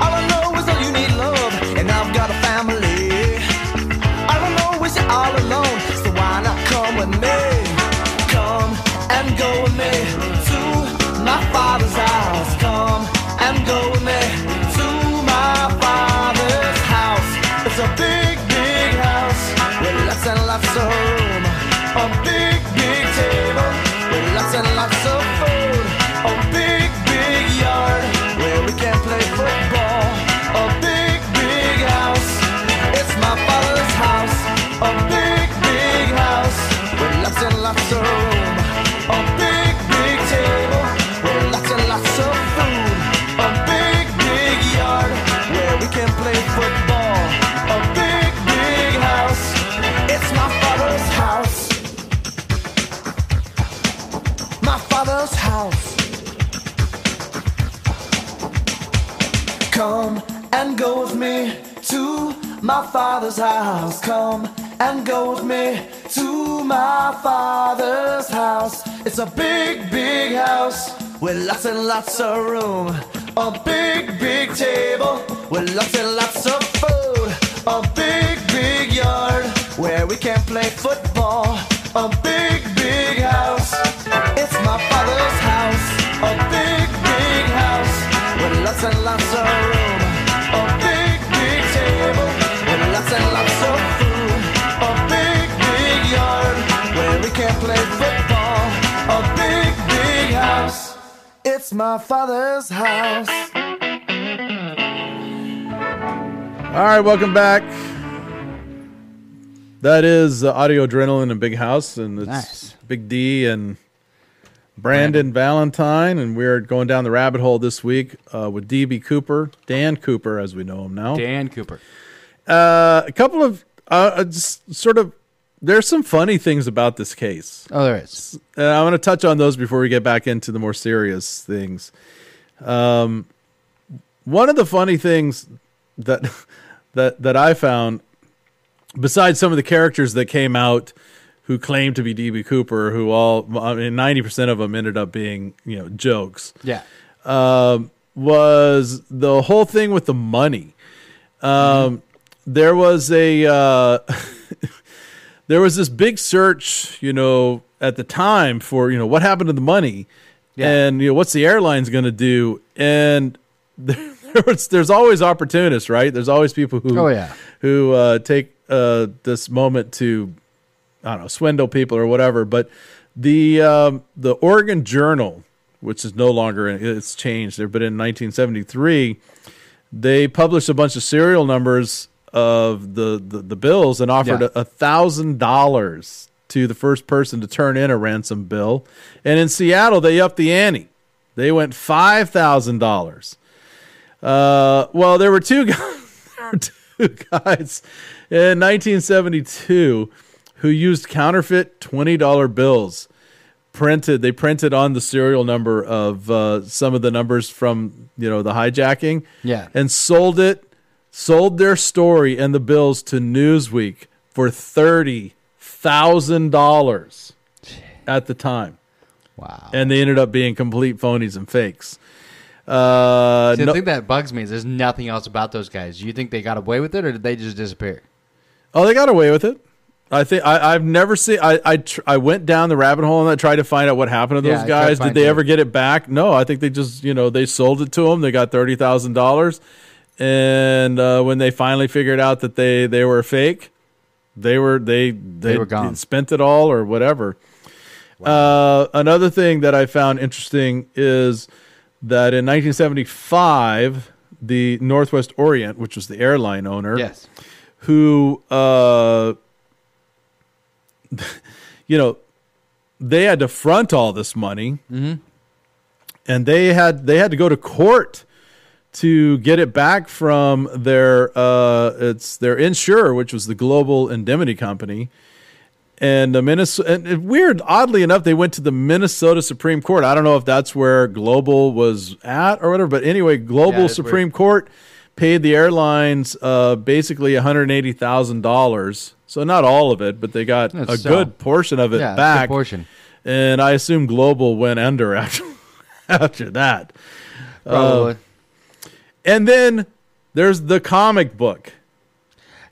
S3: All I know is that you need love, and I've got a family. I don't know, is you all alone? So why not come with me? Come and go with me to my father's house. Come and go with me to my father's house. It's a big, big house with lots and lots of room. A big, big table with lots and lots of food. A big, big yard where we can play football. A big, big house. It's my father's house, a big, big house with lots and lots of room, a big, big table with lots and lots of food, a big, big yard where we can play football, a big, big house. It's my father's house, my father's house. Come and go with me to my father's house. Come and go with me to my father's house. It's a big, big house with lots and lots of room. A big, big table with lots and lots of food. A big, big yard where we can play football. A big, big house. It's my father's house. A big, big house with lots and lots of room. A big, big table with lots and lots of food. A big, big yard where we can play football. A big, big house. It's my father's house.
S2: All right, welcome back. That is uh, Audio Adrenaline and Big House, and it's
S1: Nice.
S2: Big D and Brandon Valentine, and we're going down the rabbit hole this week uh, with DB Cooper, Dan Cooper, as we know him now.
S1: Dan Cooper.
S2: Uh, a couple of uh, uh, just sort of there's some funny things about this case.
S1: Oh, there is.
S2: Uh, I want to touch on those before we get back into the more serious things. Um, one of the funny things that [laughs] that that I found, besides some of the characters that came out who claimed to be DB Cooper, who all I mean, ninety percent of them ended up being you know jokes
S1: Yeah.
S2: um, was the whole thing with the money. Um, there was a uh, [laughs] there was this big search, you know, at the time for you know what happened to the money,
S1: Yeah.
S2: and you know what's the airlines going to do, and there, was, [laughs] there's always opportunists, right? There's always people who
S1: Oh, yeah.
S2: who uh, take uh, this moment to I don't know, swindle people or whatever. But the um, the Oregon Journal, which is no longer it's changed there, but in 1973, they published a bunch of serial numbers of the the, the bills and offered
S1: Yeah.
S2: a thousand dollars to the first person to turn in a ransom bill. And in Seattle, they upped the ante. They went five thousand dollars. Uh, well, there were two [laughs] guys, there were two guys in 1972 who used counterfeit $20 bills printed. They printed on the serial number of uh, some of the numbers from you know the hijacking.
S1: Yeah.
S2: and sold it, sold their story and the bills to Newsweek for thirty thousand dollars at the time,
S1: Wow.
S2: and they ended up being complete phonies and fakes. Uh,
S1: See,
S2: no-
S1: The thing that bugs me is there's nothing else about those guys. Do you think they got away with it, or did they just disappear?
S2: Oh, they got away with it. I think I, I've never seen. I I, tr- I went down the rabbit hole and I tried to find out what happened to
S1: Yeah,
S2: those
S1: I tried to
S2: guys. Did
S1: find
S2: they
S1: too.
S2: ever get it back? No, I think they just you know they sold it to them. They got thirty thousand dollars, and uh, when they finally figured out that they they were fake, they were they they,
S1: were gone.
S2: spent it all or whatever. Uh, another thing that I found interesting is that in 1975, the Northwest Orient, which was the airline owner,
S1: Yes.
S2: who uh you know they had to front all this money
S1: Mm-hmm.
S2: and they had they had to go to court to get it back from their uh it's their insurer which was the global indemnity company and the Minnesota, and it- weird, oddly enough, they went to the Minnesota Supreme Court. I don't know if that's where Global was at or whatever, but anyway, Global
S1: Yeah, it's
S2: Supreme Court paid the airlines uh, basically one hundred eighty thousand dollars. So not all of it, but they got
S1: That's
S2: a
S1: so-
S2: good portion of it
S1: Yeah, it's a good
S2: back.
S1: portion.
S2: and I assume Global went under after [laughs] after that.
S1: Probably.
S2: And then there's the comic book.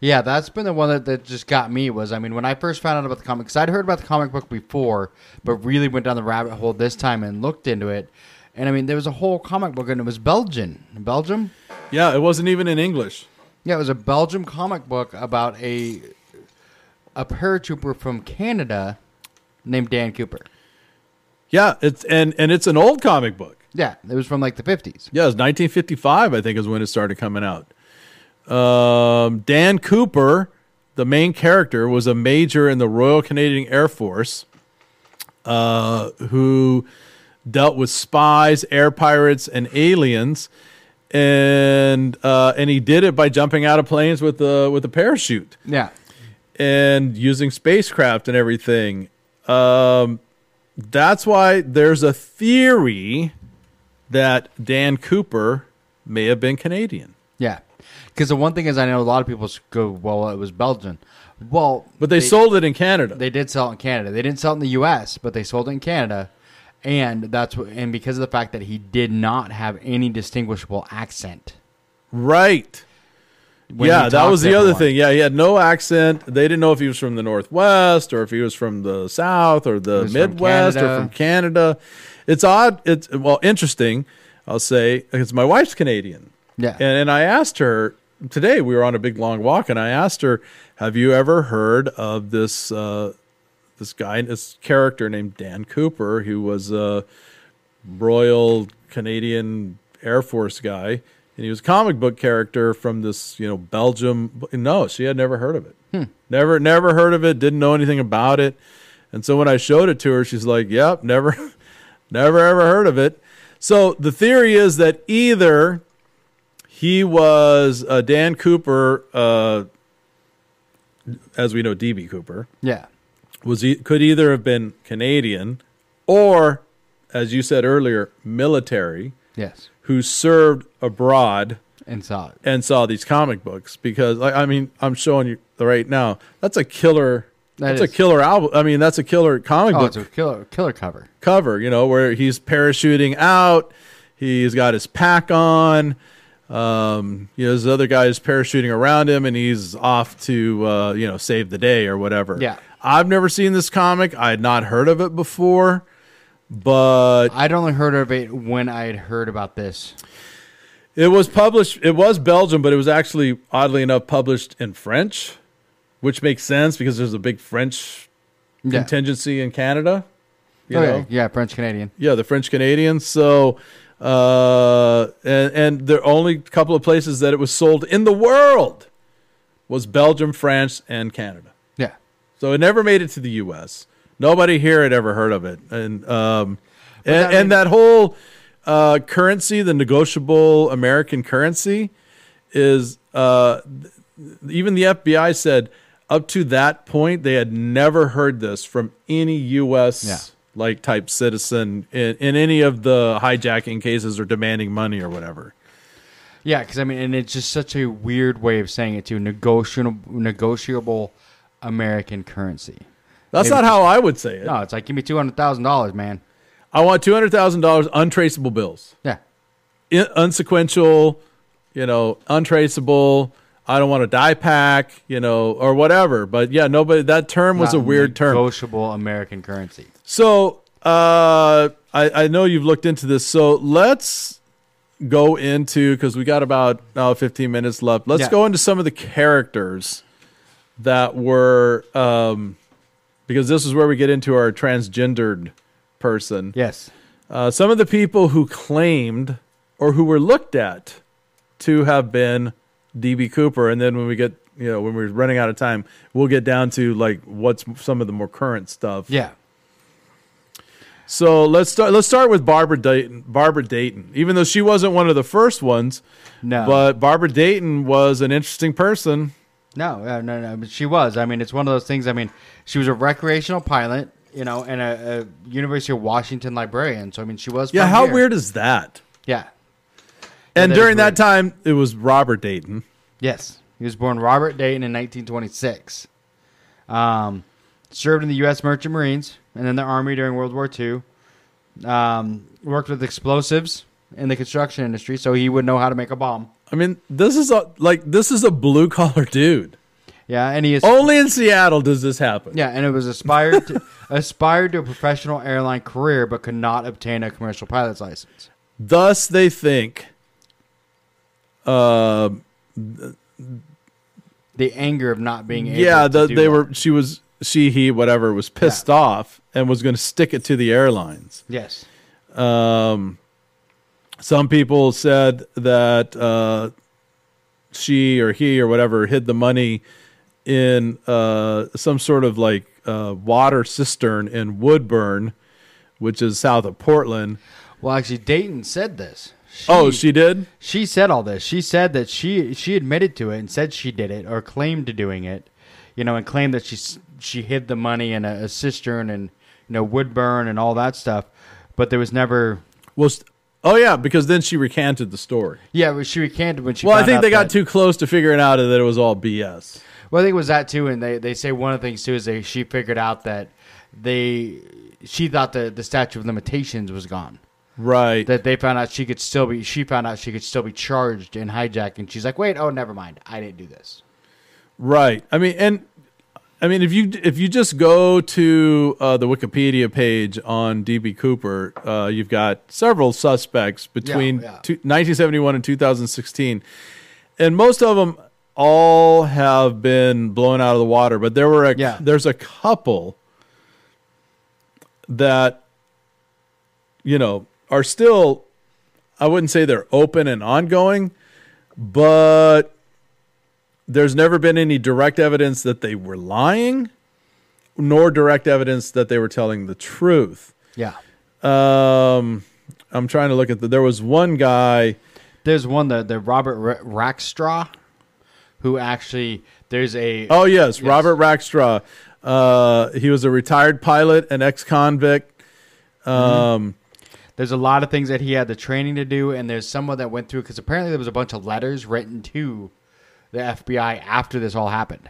S1: Yeah, that's been the one that, that just got me was I mean when I first found out about the comic because I'd heard about the comic book before, but really went down the rabbit hole this time and looked into it. And I mean there was a whole comic book and it was Belgian. Belgium?
S2: Yeah, it wasn't even in English.
S1: Yeah, it was a Belgium comic book about a a paratrooper from Canada named Dan Cooper.
S2: Yeah, it's and and it's an old comic book.
S1: Yeah, it was from like the fifties.
S2: Yeah, it was 1955, I think, is when it started coming out. Um, Dan Cooper, the main character, was a major in the Royal Canadian Air Force uh, who dealt with spies, air pirates, and aliens. And uh, and he did it by jumping out of planes with a with a parachute
S1: Yeah.
S2: and using spacecraft and everything. Um, that's why there's a theory that Dan Cooper may have been Canadian,
S1: Yeah. Because the one thing is I know a lot of people go, Well, it was Belgian. Well
S2: but they, sold it in Canada.
S1: they did sell it in Canada. They didn't sell it in the U.S., but they sold it in Canada, and that's what, and because of the fact that he did not have any distinguishable accent.
S2: right.
S1: when he
S2: yeah, that
S1: talked
S2: was
S1: to
S2: the other
S1: everyone.
S2: thing. Yeah, he had no accent. They didn't know if he was from the Northwest or if he was from the South or the
S1: was from
S2: Midwest or
S1: Canada.
S2: from Canada. It's odd. It's well, interesting. I'll say because my wife's Canadian.
S1: Yeah.
S2: and, and I asked her today. We were on a big long walk, and I asked her, "Have you ever heard of this uh, this guy, this character named Dan Cooper, who was uh, a Royal Canadian Air Force guy, and he was a comic book character from this, you know, Belgium. No, she had never heard of it. Never, never heard of it. Didn't know anything about it. And so when I showed it to her, she's like, "Yep, never, [laughs] never ever heard of it." So the theory is that either he was uh, Dan Cooper, uh, as we know, DB Cooper
S1: Yeah,
S2: was e- could either have been Canadian or, as you said earlier, military
S1: yes,
S2: who served abroad
S1: and saw it.
S2: and saw these comic books because I, I mean I'm showing you right now that's a killer
S1: That
S2: that's
S1: is.
S2: a killer album I mean that's a killer comic
S1: Oh,
S2: book
S1: it's a killer killer cover.
S2: cover you know where he's parachuting out he's got his pack on um you know there's other guys parachuting around him and he's off to uh you know save the day or whatever
S1: Yeah.
S2: I've never seen this comic I had not heard of it before but
S1: I'd only heard of it when I had heard about this.
S2: It was published. It was Belgium, but it was actually oddly enough published in French, which makes sense because there's a big French
S1: Yeah,
S2: contingency in Canada. You
S1: Okay,
S2: know?
S1: yeah, French Canadian.
S2: yeah, the French Canadians. So, uh, and and the only couple of places that it was sold in the world was Belgium, France, and Canada.
S1: Yeah,
S2: So it never made it to the U.S. Nobody here had ever heard of it, and um, and,
S1: that
S2: and
S1: means-
S2: that whole uh, currency, the negotiable American currency, is uh, th- even the FBI said up to that point they had never heard this from any U.S.
S1: Yeah.
S2: like type citizen in, in any of the hijacking cases or demanding money or whatever.
S1: Yeah, because I mean, and it's just such a weird way of saying it too. Negotiable, negotiable American currency.
S2: That's
S1: Maybe-
S2: not how I would say it.
S1: No, it's like give me two hundred thousand dollars, man.
S2: I want two hundred thousand dollars untraceable bills.
S1: Yeah,
S2: in, unsequential, you know, untraceable. I don't want a die pack, you know, or whatever. But yeah, nobody. That term was a
S1: Not
S2: weird term.
S1: Negotiable American currency.
S2: So uh, I, I know you've looked into this. So let's go into because we got about uh, 15 minutes left. Let's
S1: Yeah.
S2: go into some of the characters that were um, because this is where we get into our transgendered person.
S1: Yes.
S2: Uh, some of the people who claimed or who were looked at to have been DB Cooper, and then when we get you know when we're running out of time, we'll get down to like what's some of the more current stuff.
S1: Yeah.
S2: So let's start. Let's start with Barbara Dayton. Barbara Dayton, even though she wasn't one of the first ones,
S1: No.
S2: but Barbara Dayton was an interesting person.
S1: No, uh, no, no. But she was. I mean, it's one of those things. I mean, she was a recreational pilot, you know, and a, a University of Washington librarian. So I mean, she was.
S2: Yeah,
S1: from
S2: how
S1: here.
S2: weird is that?
S1: Yeah.
S2: And
S1: that is
S2: during that
S1: weird.
S2: time, it was Robert Dayton.
S1: Yes, he was born Robert Dayton in 1926. Um, served in the U.S. Merchant Marines and then the Army during World War II. Um, worked with explosives in the construction industry, so he would know how to make a bomb.
S2: I mean, this is a like this is a blue collar [laughs] dude.
S1: Yeah, and he is.
S2: Only in Seattle does this happen.
S1: Yeah, and it was aspired to, [laughs] aspired to a professional airline career, but could not obtain a commercial pilot's license.
S2: Thus, they think
S1: The anger of not being able.
S2: yeah
S1: to
S2: the,
S1: do
S2: they
S1: that.
S2: were she was she he whatever was pissed
S1: Yeah.
S2: off and was going to stick it to the airlines
S1: Yes.
S2: some people said that uh, she or he or whatever hid the money in uh, some sort of like uh, water cistern in woodburn which is south of portland
S1: Well, actually, Dayton said this.
S2: oh she did
S1: She said all this. She said that she she admitted to it and said she did it or claimed to doing it, you know, and claimed that she s- she hid the money in a, a cistern and you know Woodburn and all that stuff. But there was never.
S2: well st- oh yeah because then she recanted the story
S1: Yeah, but she recanted when she.
S2: well i
S1: found
S2: think
S1: out
S2: they got
S1: that-
S2: too close to figuring out that it was all bs
S1: Well, I think it was that too, and they, they say one of the things too is they she figured out that they she thought that the statute of limitations was gone.
S2: right
S1: That they found out she could still be she found out she could still be charged in hijacking. She's like, wait, oh, never mind, I didn't do this.
S2: Right. I mean, and I mean, if you if you just go to uh, the Wikipedia page on DB Cooper, uh, you've got several suspects between
S1: yeah.
S2: two- 1971 and 2016, and most of them all have been blown out of the water. But there were a
S1: Yeah.
S2: there's a couple that you know are still. I wouldn't say they're open and ongoing, but there's never been any direct evidence that they were lying, nor direct evidence that they were telling the truth.
S1: Yeah,
S2: Um, I'm trying to look at the. There was one guy.
S1: there's one the the Robert R- Rackstraw, who actually there's a
S2: Oh yes, Robert Rackstraw. Uh, he was a retired pilot and ex-convict.
S1: there's a lot of things that he had the training to do, and there's someone that went through because apparently there was a bunch of letters written to the FBI after this all happened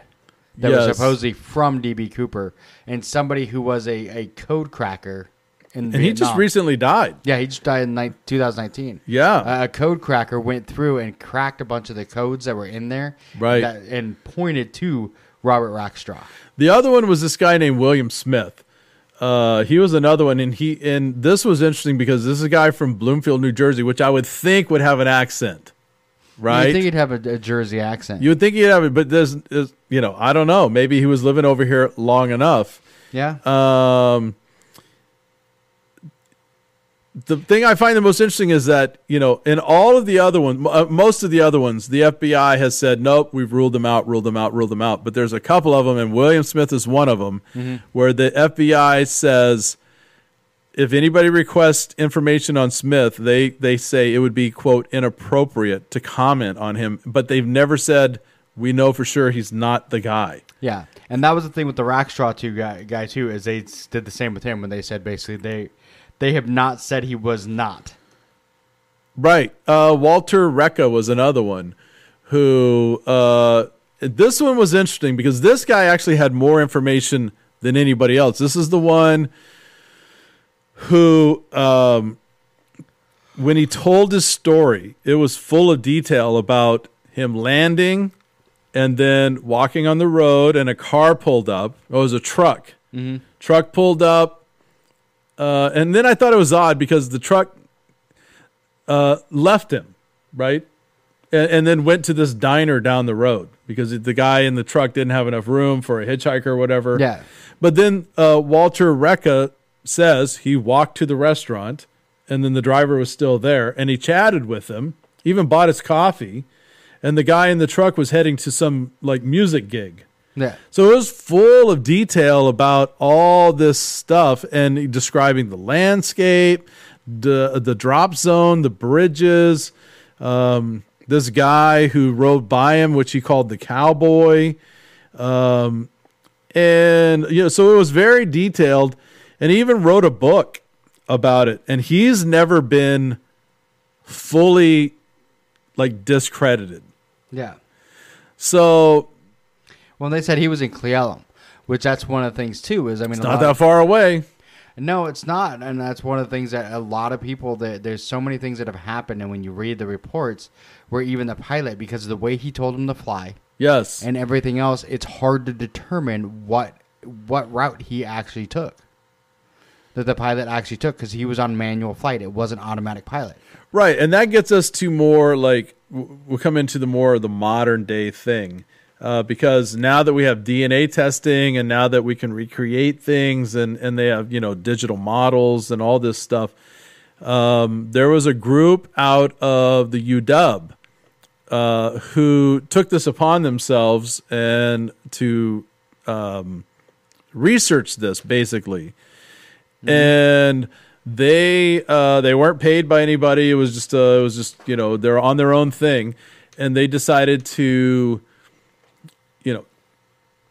S1: that were
S2: Yes.
S1: supposedly from DB Cooper and somebody who was a, a code cracker in
S2: And he just recently died.
S1: yeah he just died in ni- 2019
S2: Yeah.
S1: Uh, a code cracker went through and cracked a bunch of the codes that were in there
S2: Right.
S1: that- and pointed to Robert Rockstraw
S2: The other one was this guy named William Smith. Uh, he was another one, and he and this was interesting because this is a guy from Bloomfield, New Jersey, which I would think would have an accent, right?
S1: you think he'd have a, a Jersey accent
S2: You would think he'd have it, but there's, there's, you know, I don't know. Maybe he was living over here long enough.
S1: yeah
S2: Um, the thing I find the most interesting is that, you know, in all of the other ones, uh, most of the other ones, the FBI has said, nope, we've ruled them out, ruled them out, ruled them out. But there's a couple of them, and William Smith is one of them, where the FBI says, if anybody requests information on Smith, they they say it would be quote inappropriate to comment on him, but they've never said we know for sure he's not the guy.
S1: Yeah, and that was the thing with the Rackstraw two guy, guy too, is they s- did the same with him when they said basically they they have not said he was not.
S2: Right. Uh, Walter Recca was another one who uh, this one was interesting because this guy actually had more information than anybody else. This is the one who, um, when he told his story, it was full of detail about him landing and then walking on the road, and a car pulled up. Oh, it was a truck. Truck pulled up. Uh, and then I thought it was odd because the truck uh, left him, right? And, and then went to this diner down the road because the guy in the truck didn't have enough room for a hitchhiker or whatever.
S1: Yeah.
S2: But then uh, Walter Recca says he walked to the restaurant and then the driver was still there and he chatted with him, even bought his coffee. And the guy in the truck was heading to some like music gig.
S1: Yeah,
S2: So it was full of detail about all this stuff and describing the landscape, the the drop zone, the bridges, um, this guy who rode by him, which he called the cowboy, um, and you know, so it was very detailed, and he even wrote a book about it. And he's never been fully like discredited.
S1: yeah.
S2: So
S1: Well, they said he was in Cleellum, which that's one of the things too. Is I mean, a
S2: not
S1: lot
S2: that far away.
S1: No, it's not, and that's one of the things that a lot of people that there's so many things that have happened, and when you read the reports, where even the pilot, because of the way he told him to fly
S2: Yes.
S1: and everything else, it's hard to determine what what route he actually took. That the pilot actually took because he was on manual flight; it wasn't automatic pilot.
S2: Right, and that gets us to more like w- we'll come into the more of the modern day thing, uh, because now that we have DNA testing and now that we can recreate things and and they have you know digital models and all this stuff, um, there was a group out of the UW uh, who took this upon themselves and to um, research this basically and they uh, they weren't paid by anybody. It was just uh, it was just you know they're on their own thing, and they decided to, you know,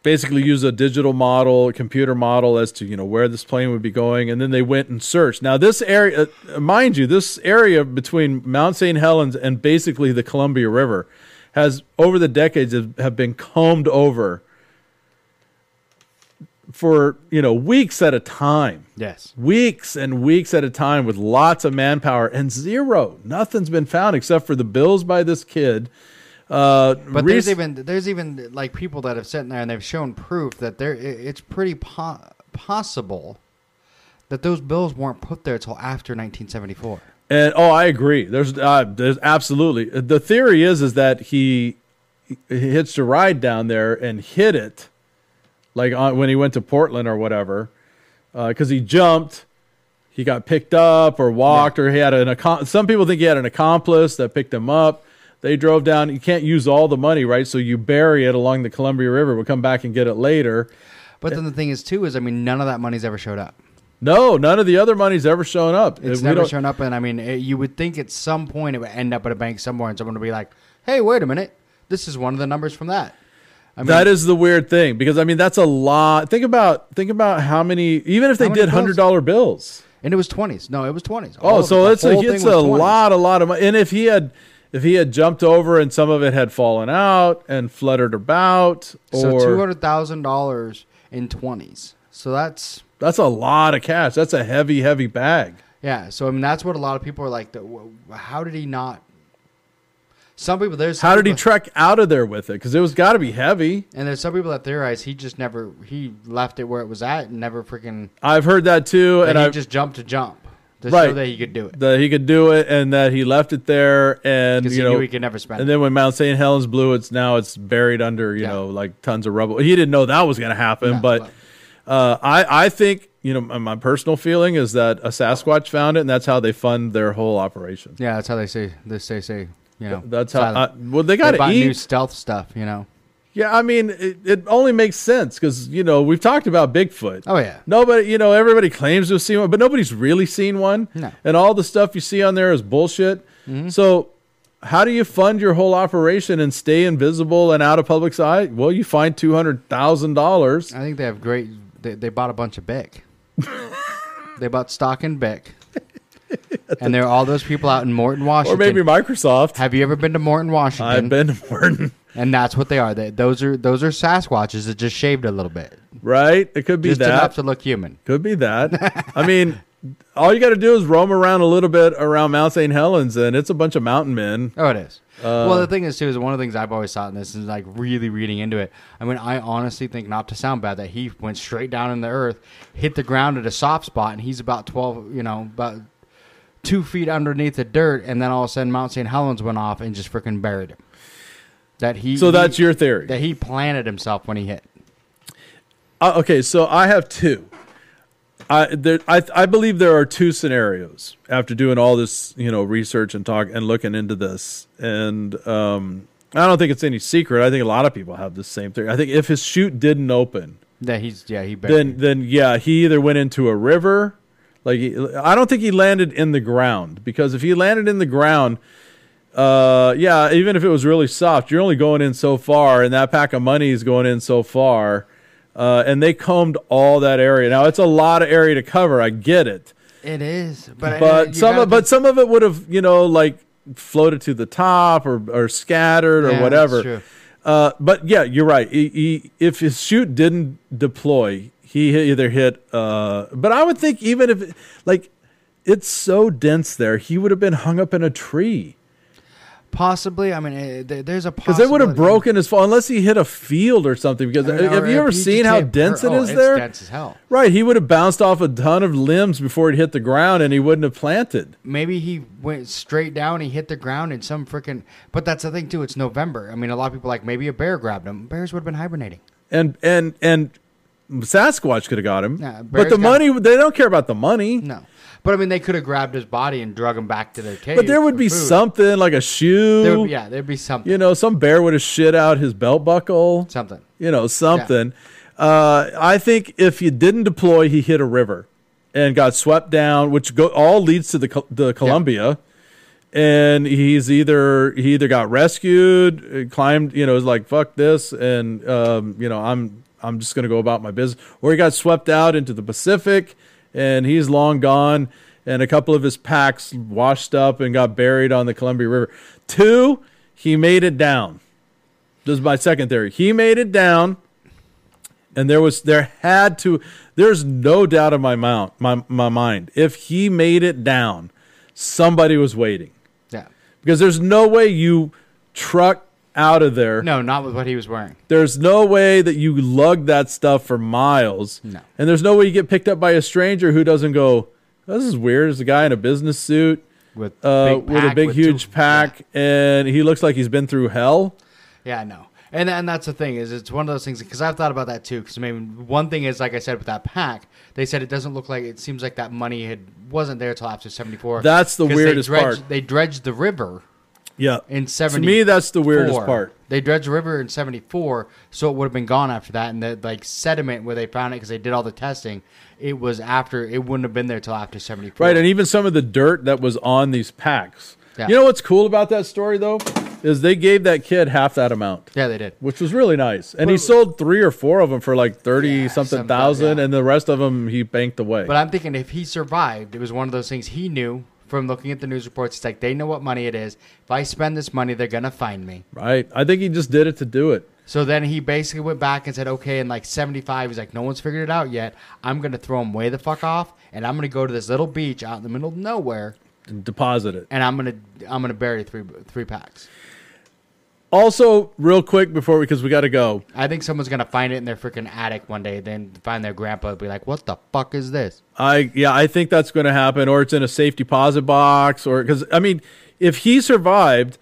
S2: basically use a digital model, a computer model as to you know where this plane would be going, and then they went and searched. Now this area, uh, mind you, this area between Mount St. Helens and basically the Columbia River has over the decades have have been combed over for you know weeks at a time
S1: Yes,
S2: weeks and weeks at a time with lots of manpower and zero. Nothing's been found except for the bills by this kid. Uh,
S1: but
S2: rec-
S1: there's even there's even like people that have sat there and they've shown proof that there it- it's pretty po- possible that those bills weren't put there till after 1974.
S2: and oh, I agree. There's uh, there's absolutely the theory is is that he, he hitched a ride down there and hit it, like on, when he went to Portland or whatever, because he jumped. He got picked up or walked, or he had an. accom- Some people think he had an accomplice that picked him up. They drove down. You can't use all the money, right? So you bury it along the Columbia River. We'll come back and get it later.
S1: But then the thing is, too, is I mean, none of that money's ever showed up.
S2: No, none of the other money's ever shown up.
S1: It's
S2: We
S1: never
S2: don't-
S1: shown up, and I mean, it, you would think at some point it would end up at a bank somewhere, and someone would be like, "Hey, wait a minute, this is one of the numbers from that." I mean,
S2: that is the weird thing because I mean that's a lot. Think about think about how many even if they
S1: How many
S2: did hundred dollar bills.
S1: and it was twenties. No, it was twenties.
S2: Oh, so it's a it's a lot a lot of money. And if he had if he had jumped over and some of it had fallen out and fluttered about,
S1: So
S2: or
S1: two hundred thousand dollars in twenties. So that's
S2: that's a lot of cash. That's a heavy heavy bag.
S1: yeah. So I mean, that's what a lot of people are like. The, wh- how did he not? Some people there's some
S2: How did he
S1: people-
S2: trek out of there with it? Because it was got to be heavy.
S1: and there's some people that theorize he just never he left it where it was at and never freaking
S2: I've heard that too,
S1: and
S2: and
S1: he
S2: I
S1: just jumped to jump to
S2: Right.
S1: show that he could do it.
S2: that he could do it, and that he left it there, and you
S1: because he
S2: know
S1: knew he could never spend
S2: And
S1: it.
S2: then when Mount St. Helens blew, it's now it's buried under you
S1: Yeah.
S2: know like tons of rubble. He didn't know that was going to happen,
S1: No,
S2: but uh, I I think you know my, my personal feeling is that a Sasquatch found it, and that's how they fund their whole operation.
S1: Yeah, that's how they say they say say you know.
S2: That's how. I,
S1: silent.
S2: well, they
S1: they
S2: got to
S1: buy new
S2: eat.
S1: stealth stuff, you know.
S2: Yeah, I mean, it, it only makes sense because you know we've talked about Bigfoot.
S1: Oh, yeah.
S2: nobody, you know, everybody claims to have seen one, but nobody's really seen one.
S1: No. Mm-hmm.
S2: and all the stuff you see on there is bullshit. So, how do you fund your whole operation and stay invisible and out of public's eye? Well, you find two hundred thousand dollars.
S1: I think they have great. They, they bought a bunch of
S2: [laughs]
S1: Bic. they bought stock in Bic, and there are all those people out in Morton,
S2: Or
S1: Washington.
S2: maybe Microsoft.
S1: have you ever been to Morton, Washington?
S2: I've been to Morton, [laughs]
S1: And that's what they are. They, those are those are Sasquatches that just shaved a little bit,
S2: right? It could be
S1: just
S2: that.
S1: enough to look human.
S2: Could be that.
S1: [laughs]
S2: I mean, all you got to do is roam around a little bit around Mount St. Helens, and it's a bunch of mountain men.
S1: Oh, it is. well,
S2: Uh,
S1: the thing is too is one of the things I've always thought in this is like really reading into it. I mean, I honestly think not to sound bad that he went straight down in the earth, hit the ground at a soft spot, and he's about twelve, you know, about two feet underneath the dirt, and then all of a sudden Mount St. Helens went off and just freaking buried him. That he
S2: So that's your theory.
S1: that he planted himself when he hit.
S2: Uh, okay, so I have two. I there, I I believe there are two scenarios after doing all this, you know, research and talk and looking into this. And um, I don't think it's any secret. I think a lot of people have the same theory. I think if his chute didn't open,
S1: That he's yeah he buried.
S2: then then yeah, he either went into a river, like he- I don't think he landed in the ground because if he landed in the ground, uh, yeah, even if it was really soft, you're only going in so far, and that pack of money is going in so far, uh, and they combed all that area. Now it's a lot of area to cover. I get it,
S1: it is, but uh,
S2: but
S1: you
S2: some
S1: gotta
S2: of, but
S1: think-
S2: some of it would have you know like floated to the top or or scattered
S1: Yeah,
S2: or
S1: that's
S2: whatever.
S1: true.
S2: Uh, but yeah, you're right. He, he, if his chute didn't deploy, he hit- either hit. Uh, but I would think even if like it's so dense there, he would have been hung up in a tree
S1: possibly. I mean, eh, there- there's a because
S2: because they would have broken his fall unless he hit a field or something. Because have you ever seen how dense it is there?
S1: Oh, Dense as hell.
S2: Right, he would have bounced off a ton of limbs before it hit the ground, and he wouldn't have planted.
S1: maybe he went straight down, he hit the ground, and some freaking. But that's the thing too. It's November. I mean, a lot of people are like maybe a bear grabbed him. Bears would have been hibernating.
S2: and and and Sasquatch could have got him.
S1: Yeah,
S2: but
S1: bears
S2: the
S1: got-
S2: money, they don't care about the money.
S1: No, but I mean, they could have grabbed his body and drug him back to their cave.
S2: But there would
S1: for
S2: be
S1: food.
S2: something like a shoe.
S1: There would- yeah, there'd be something.
S2: You know, some bear would have shit out his belt buckle.
S1: Something.
S2: You know, something. Uh, I think if you didn't deploy, he hit a river and got swept down, which go, all leads to the Col- the Columbia. And he's either he either got rescued, uh, climbed, you know, is like fuck this, and um, you know, I'm I'm just gonna go about my business, or he got swept out into the Pacific, and he's long gone, and a couple of his packs washed up and got buried on the Columbia River. Two, he made it down. This is my second theory. He made it down, and there was there had to. There's no doubt in my mount my my mind. If he made it down, somebody was waiting
S1: Yeah.
S2: because there's no way you truck out of there.
S1: No, not with what he was wearing.
S2: There's no way that you lug that stuff for miles.
S1: No.
S2: And there's no way you get picked up by a stranger who doesn't go. This is weird. There's a guy in a business suit
S1: With
S2: uh,
S1: big
S2: with a
S1: pack,
S2: big
S1: with two-
S2: huge pack, and he looks like he's been through hell.
S1: Yeah, I know. And and that's the thing is it's one of those things because I've thought about that too. Because I mean, one thing is like I said with that pack, they said it doesn't look like it seems like that money had wasn't there till after seventy four.
S2: That's the weirdest
S1: they dredged,
S2: part.
S1: They dredged the river
S2: Yeah.
S1: in
S2: To
S1: seventy.
S2: me, that's the weirdest part.
S1: They dredged the river in seventy four, so it would have been gone after that. And the like sediment where they found it because they did all the testing, it was after it wouldn't have been there till after seventy four.
S2: Right, and even some of the dirt that was on these packs.
S1: Yeah.
S2: You know what's cool about that story though is they gave that kid half that amount,
S1: yeah, they did.
S2: which was really nice. And he sold three or four of them for like thirty
S1: Yeah,
S2: something
S1: some-
S2: thousand,
S1: yeah.
S2: and the rest of them he banked away.
S1: But I'm thinking if he survived, it was one of those things he knew from looking at the news reports. It's like they know what money it is. If I spend this money, they're gonna find me.
S2: right, I think he just did it to do it.
S1: So then he basically went back and said, "Okay." In like '75, he's like, "No one's figured it out yet. I'm gonna throw him way the fuck off, and I'm gonna go to this little beach out in the middle of nowhere,
S2: and Deposit it.
S1: and I'm gonna I'm gonna bury three three packs.
S2: Also, real quick before because we got to go.
S1: I think someone's gonna find it in their freaking attic one day, then find their grandpa and be like, "What the fuck is this?"
S2: I yeah, I think that's going to happen, or it's in a safe deposit box, or because I mean, if he survived,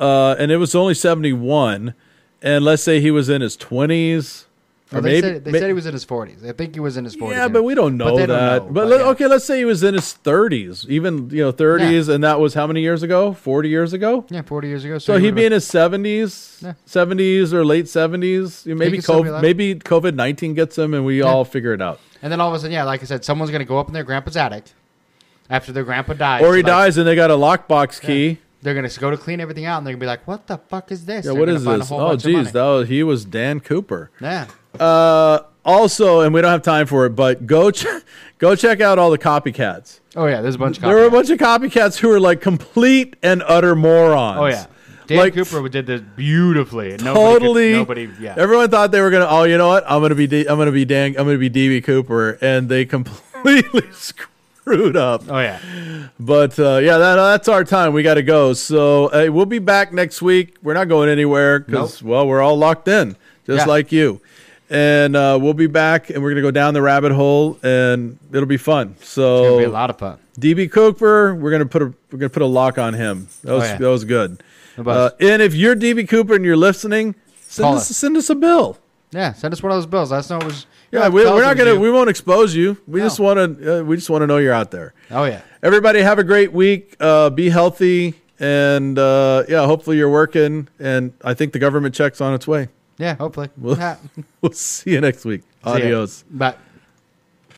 S2: uh, and it was only seventy one, and let's say he was in his twenties,
S1: Well,
S2: Or
S1: they
S2: maybe-
S1: said, they
S2: may-
S1: said he was in his 40s. I think he was in his 40s.
S2: Yeah, but we don't know
S1: they don't
S2: that.
S1: know,
S2: but
S1: but
S2: let-
S1: yeah.
S2: okay, let's say he was in his 30s, even you know 30s, and that was how many years ago? 40 years ago.
S1: Yeah, 40 years ago.
S2: So he'd
S1: would've
S2: be in his 70s,
S1: Yeah.
S2: 70s or late 70s. You know, Maybe
S1: could still be
S2: COVID,
S1: alive.
S2: maybe COVID 19 gets him, and we all figure it out.
S1: And then all of a sudden, yeah, like I said, someone's going to go up in their grandpa's attic after their grandpa dies.
S2: Or he
S1: like,
S2: dies, and they got a lockbox key.
S1: They're going to go to clean everything out, and they're going to be like, "What the fuck is this?
S2: Yeah,
S1: They're
S2: what
S1: gonna
S2: is
S1: find a
S2: this?
S1: whole
S2: Oh,
S1: bunch of
S2: geez, that
S1: money.
S2: was, he was Dan Cooper.
S1: yeah,
S2: Uh, also, and we don't have time for it, but go [laughs] ch- go check out all the copycats.
S1: oh yeah, there's a bunch of
S2: There were a
S1: copycats.
S2: bunch of copycats who were like complete and utter morons.
S1: Oh yeah, Dan
S2: Like,
S1: Cooper did this beautifully. and nobody could-
S2: totally.
S1: nobody, yeah,
S2: Everyone thought they were gonna. Oh, you know what? I'm gonna be. D- I'm gonna be Dan. I'm gonna be DB Cooper, and they [laughs] completely [laughs] screwed up.
S1: oh yeah.
S2: But uh, yeah, that, that's our time. We got to go. So uh, we'll be back next week. We're not going anywhere because well, we're all locked in, just
S1: Yeah.
S2: like you. And uh, we'll be back, and we're gonna go down the rabbit hole, and it'll be fun.
S1: It'll be a
S2: So
S1: lot of fun.
S2: DB Cooper, we're gonna put a we're gonna put a lock on him. That was
S1: Oh, yeah.
S2: that was good. Uh,
S1: about-
S2: and if you're DB Cooper and you're listening, send
S1: Call
S2: us,
S1: us.
S2: send us a bill.
S1: Yeah, send us one of those bills. Let us know it was.
S2: Yeah, we, we're not gonna we won't expose you. We
S1: No.
S2: just want to uh, we just want to know you're out there.
S1: Oh yeah,
S2: Everybody have a great week. Uh, be healthy, and uh, yeah, hopefully you're working. And I think the government check's on its way. [laughs]
S1: yeah. Hopefully,
S2: We'll,
S1: Yeah.
S2: we'll see you next week.
S1: See ya.
S2: Adios.
S1: Bye.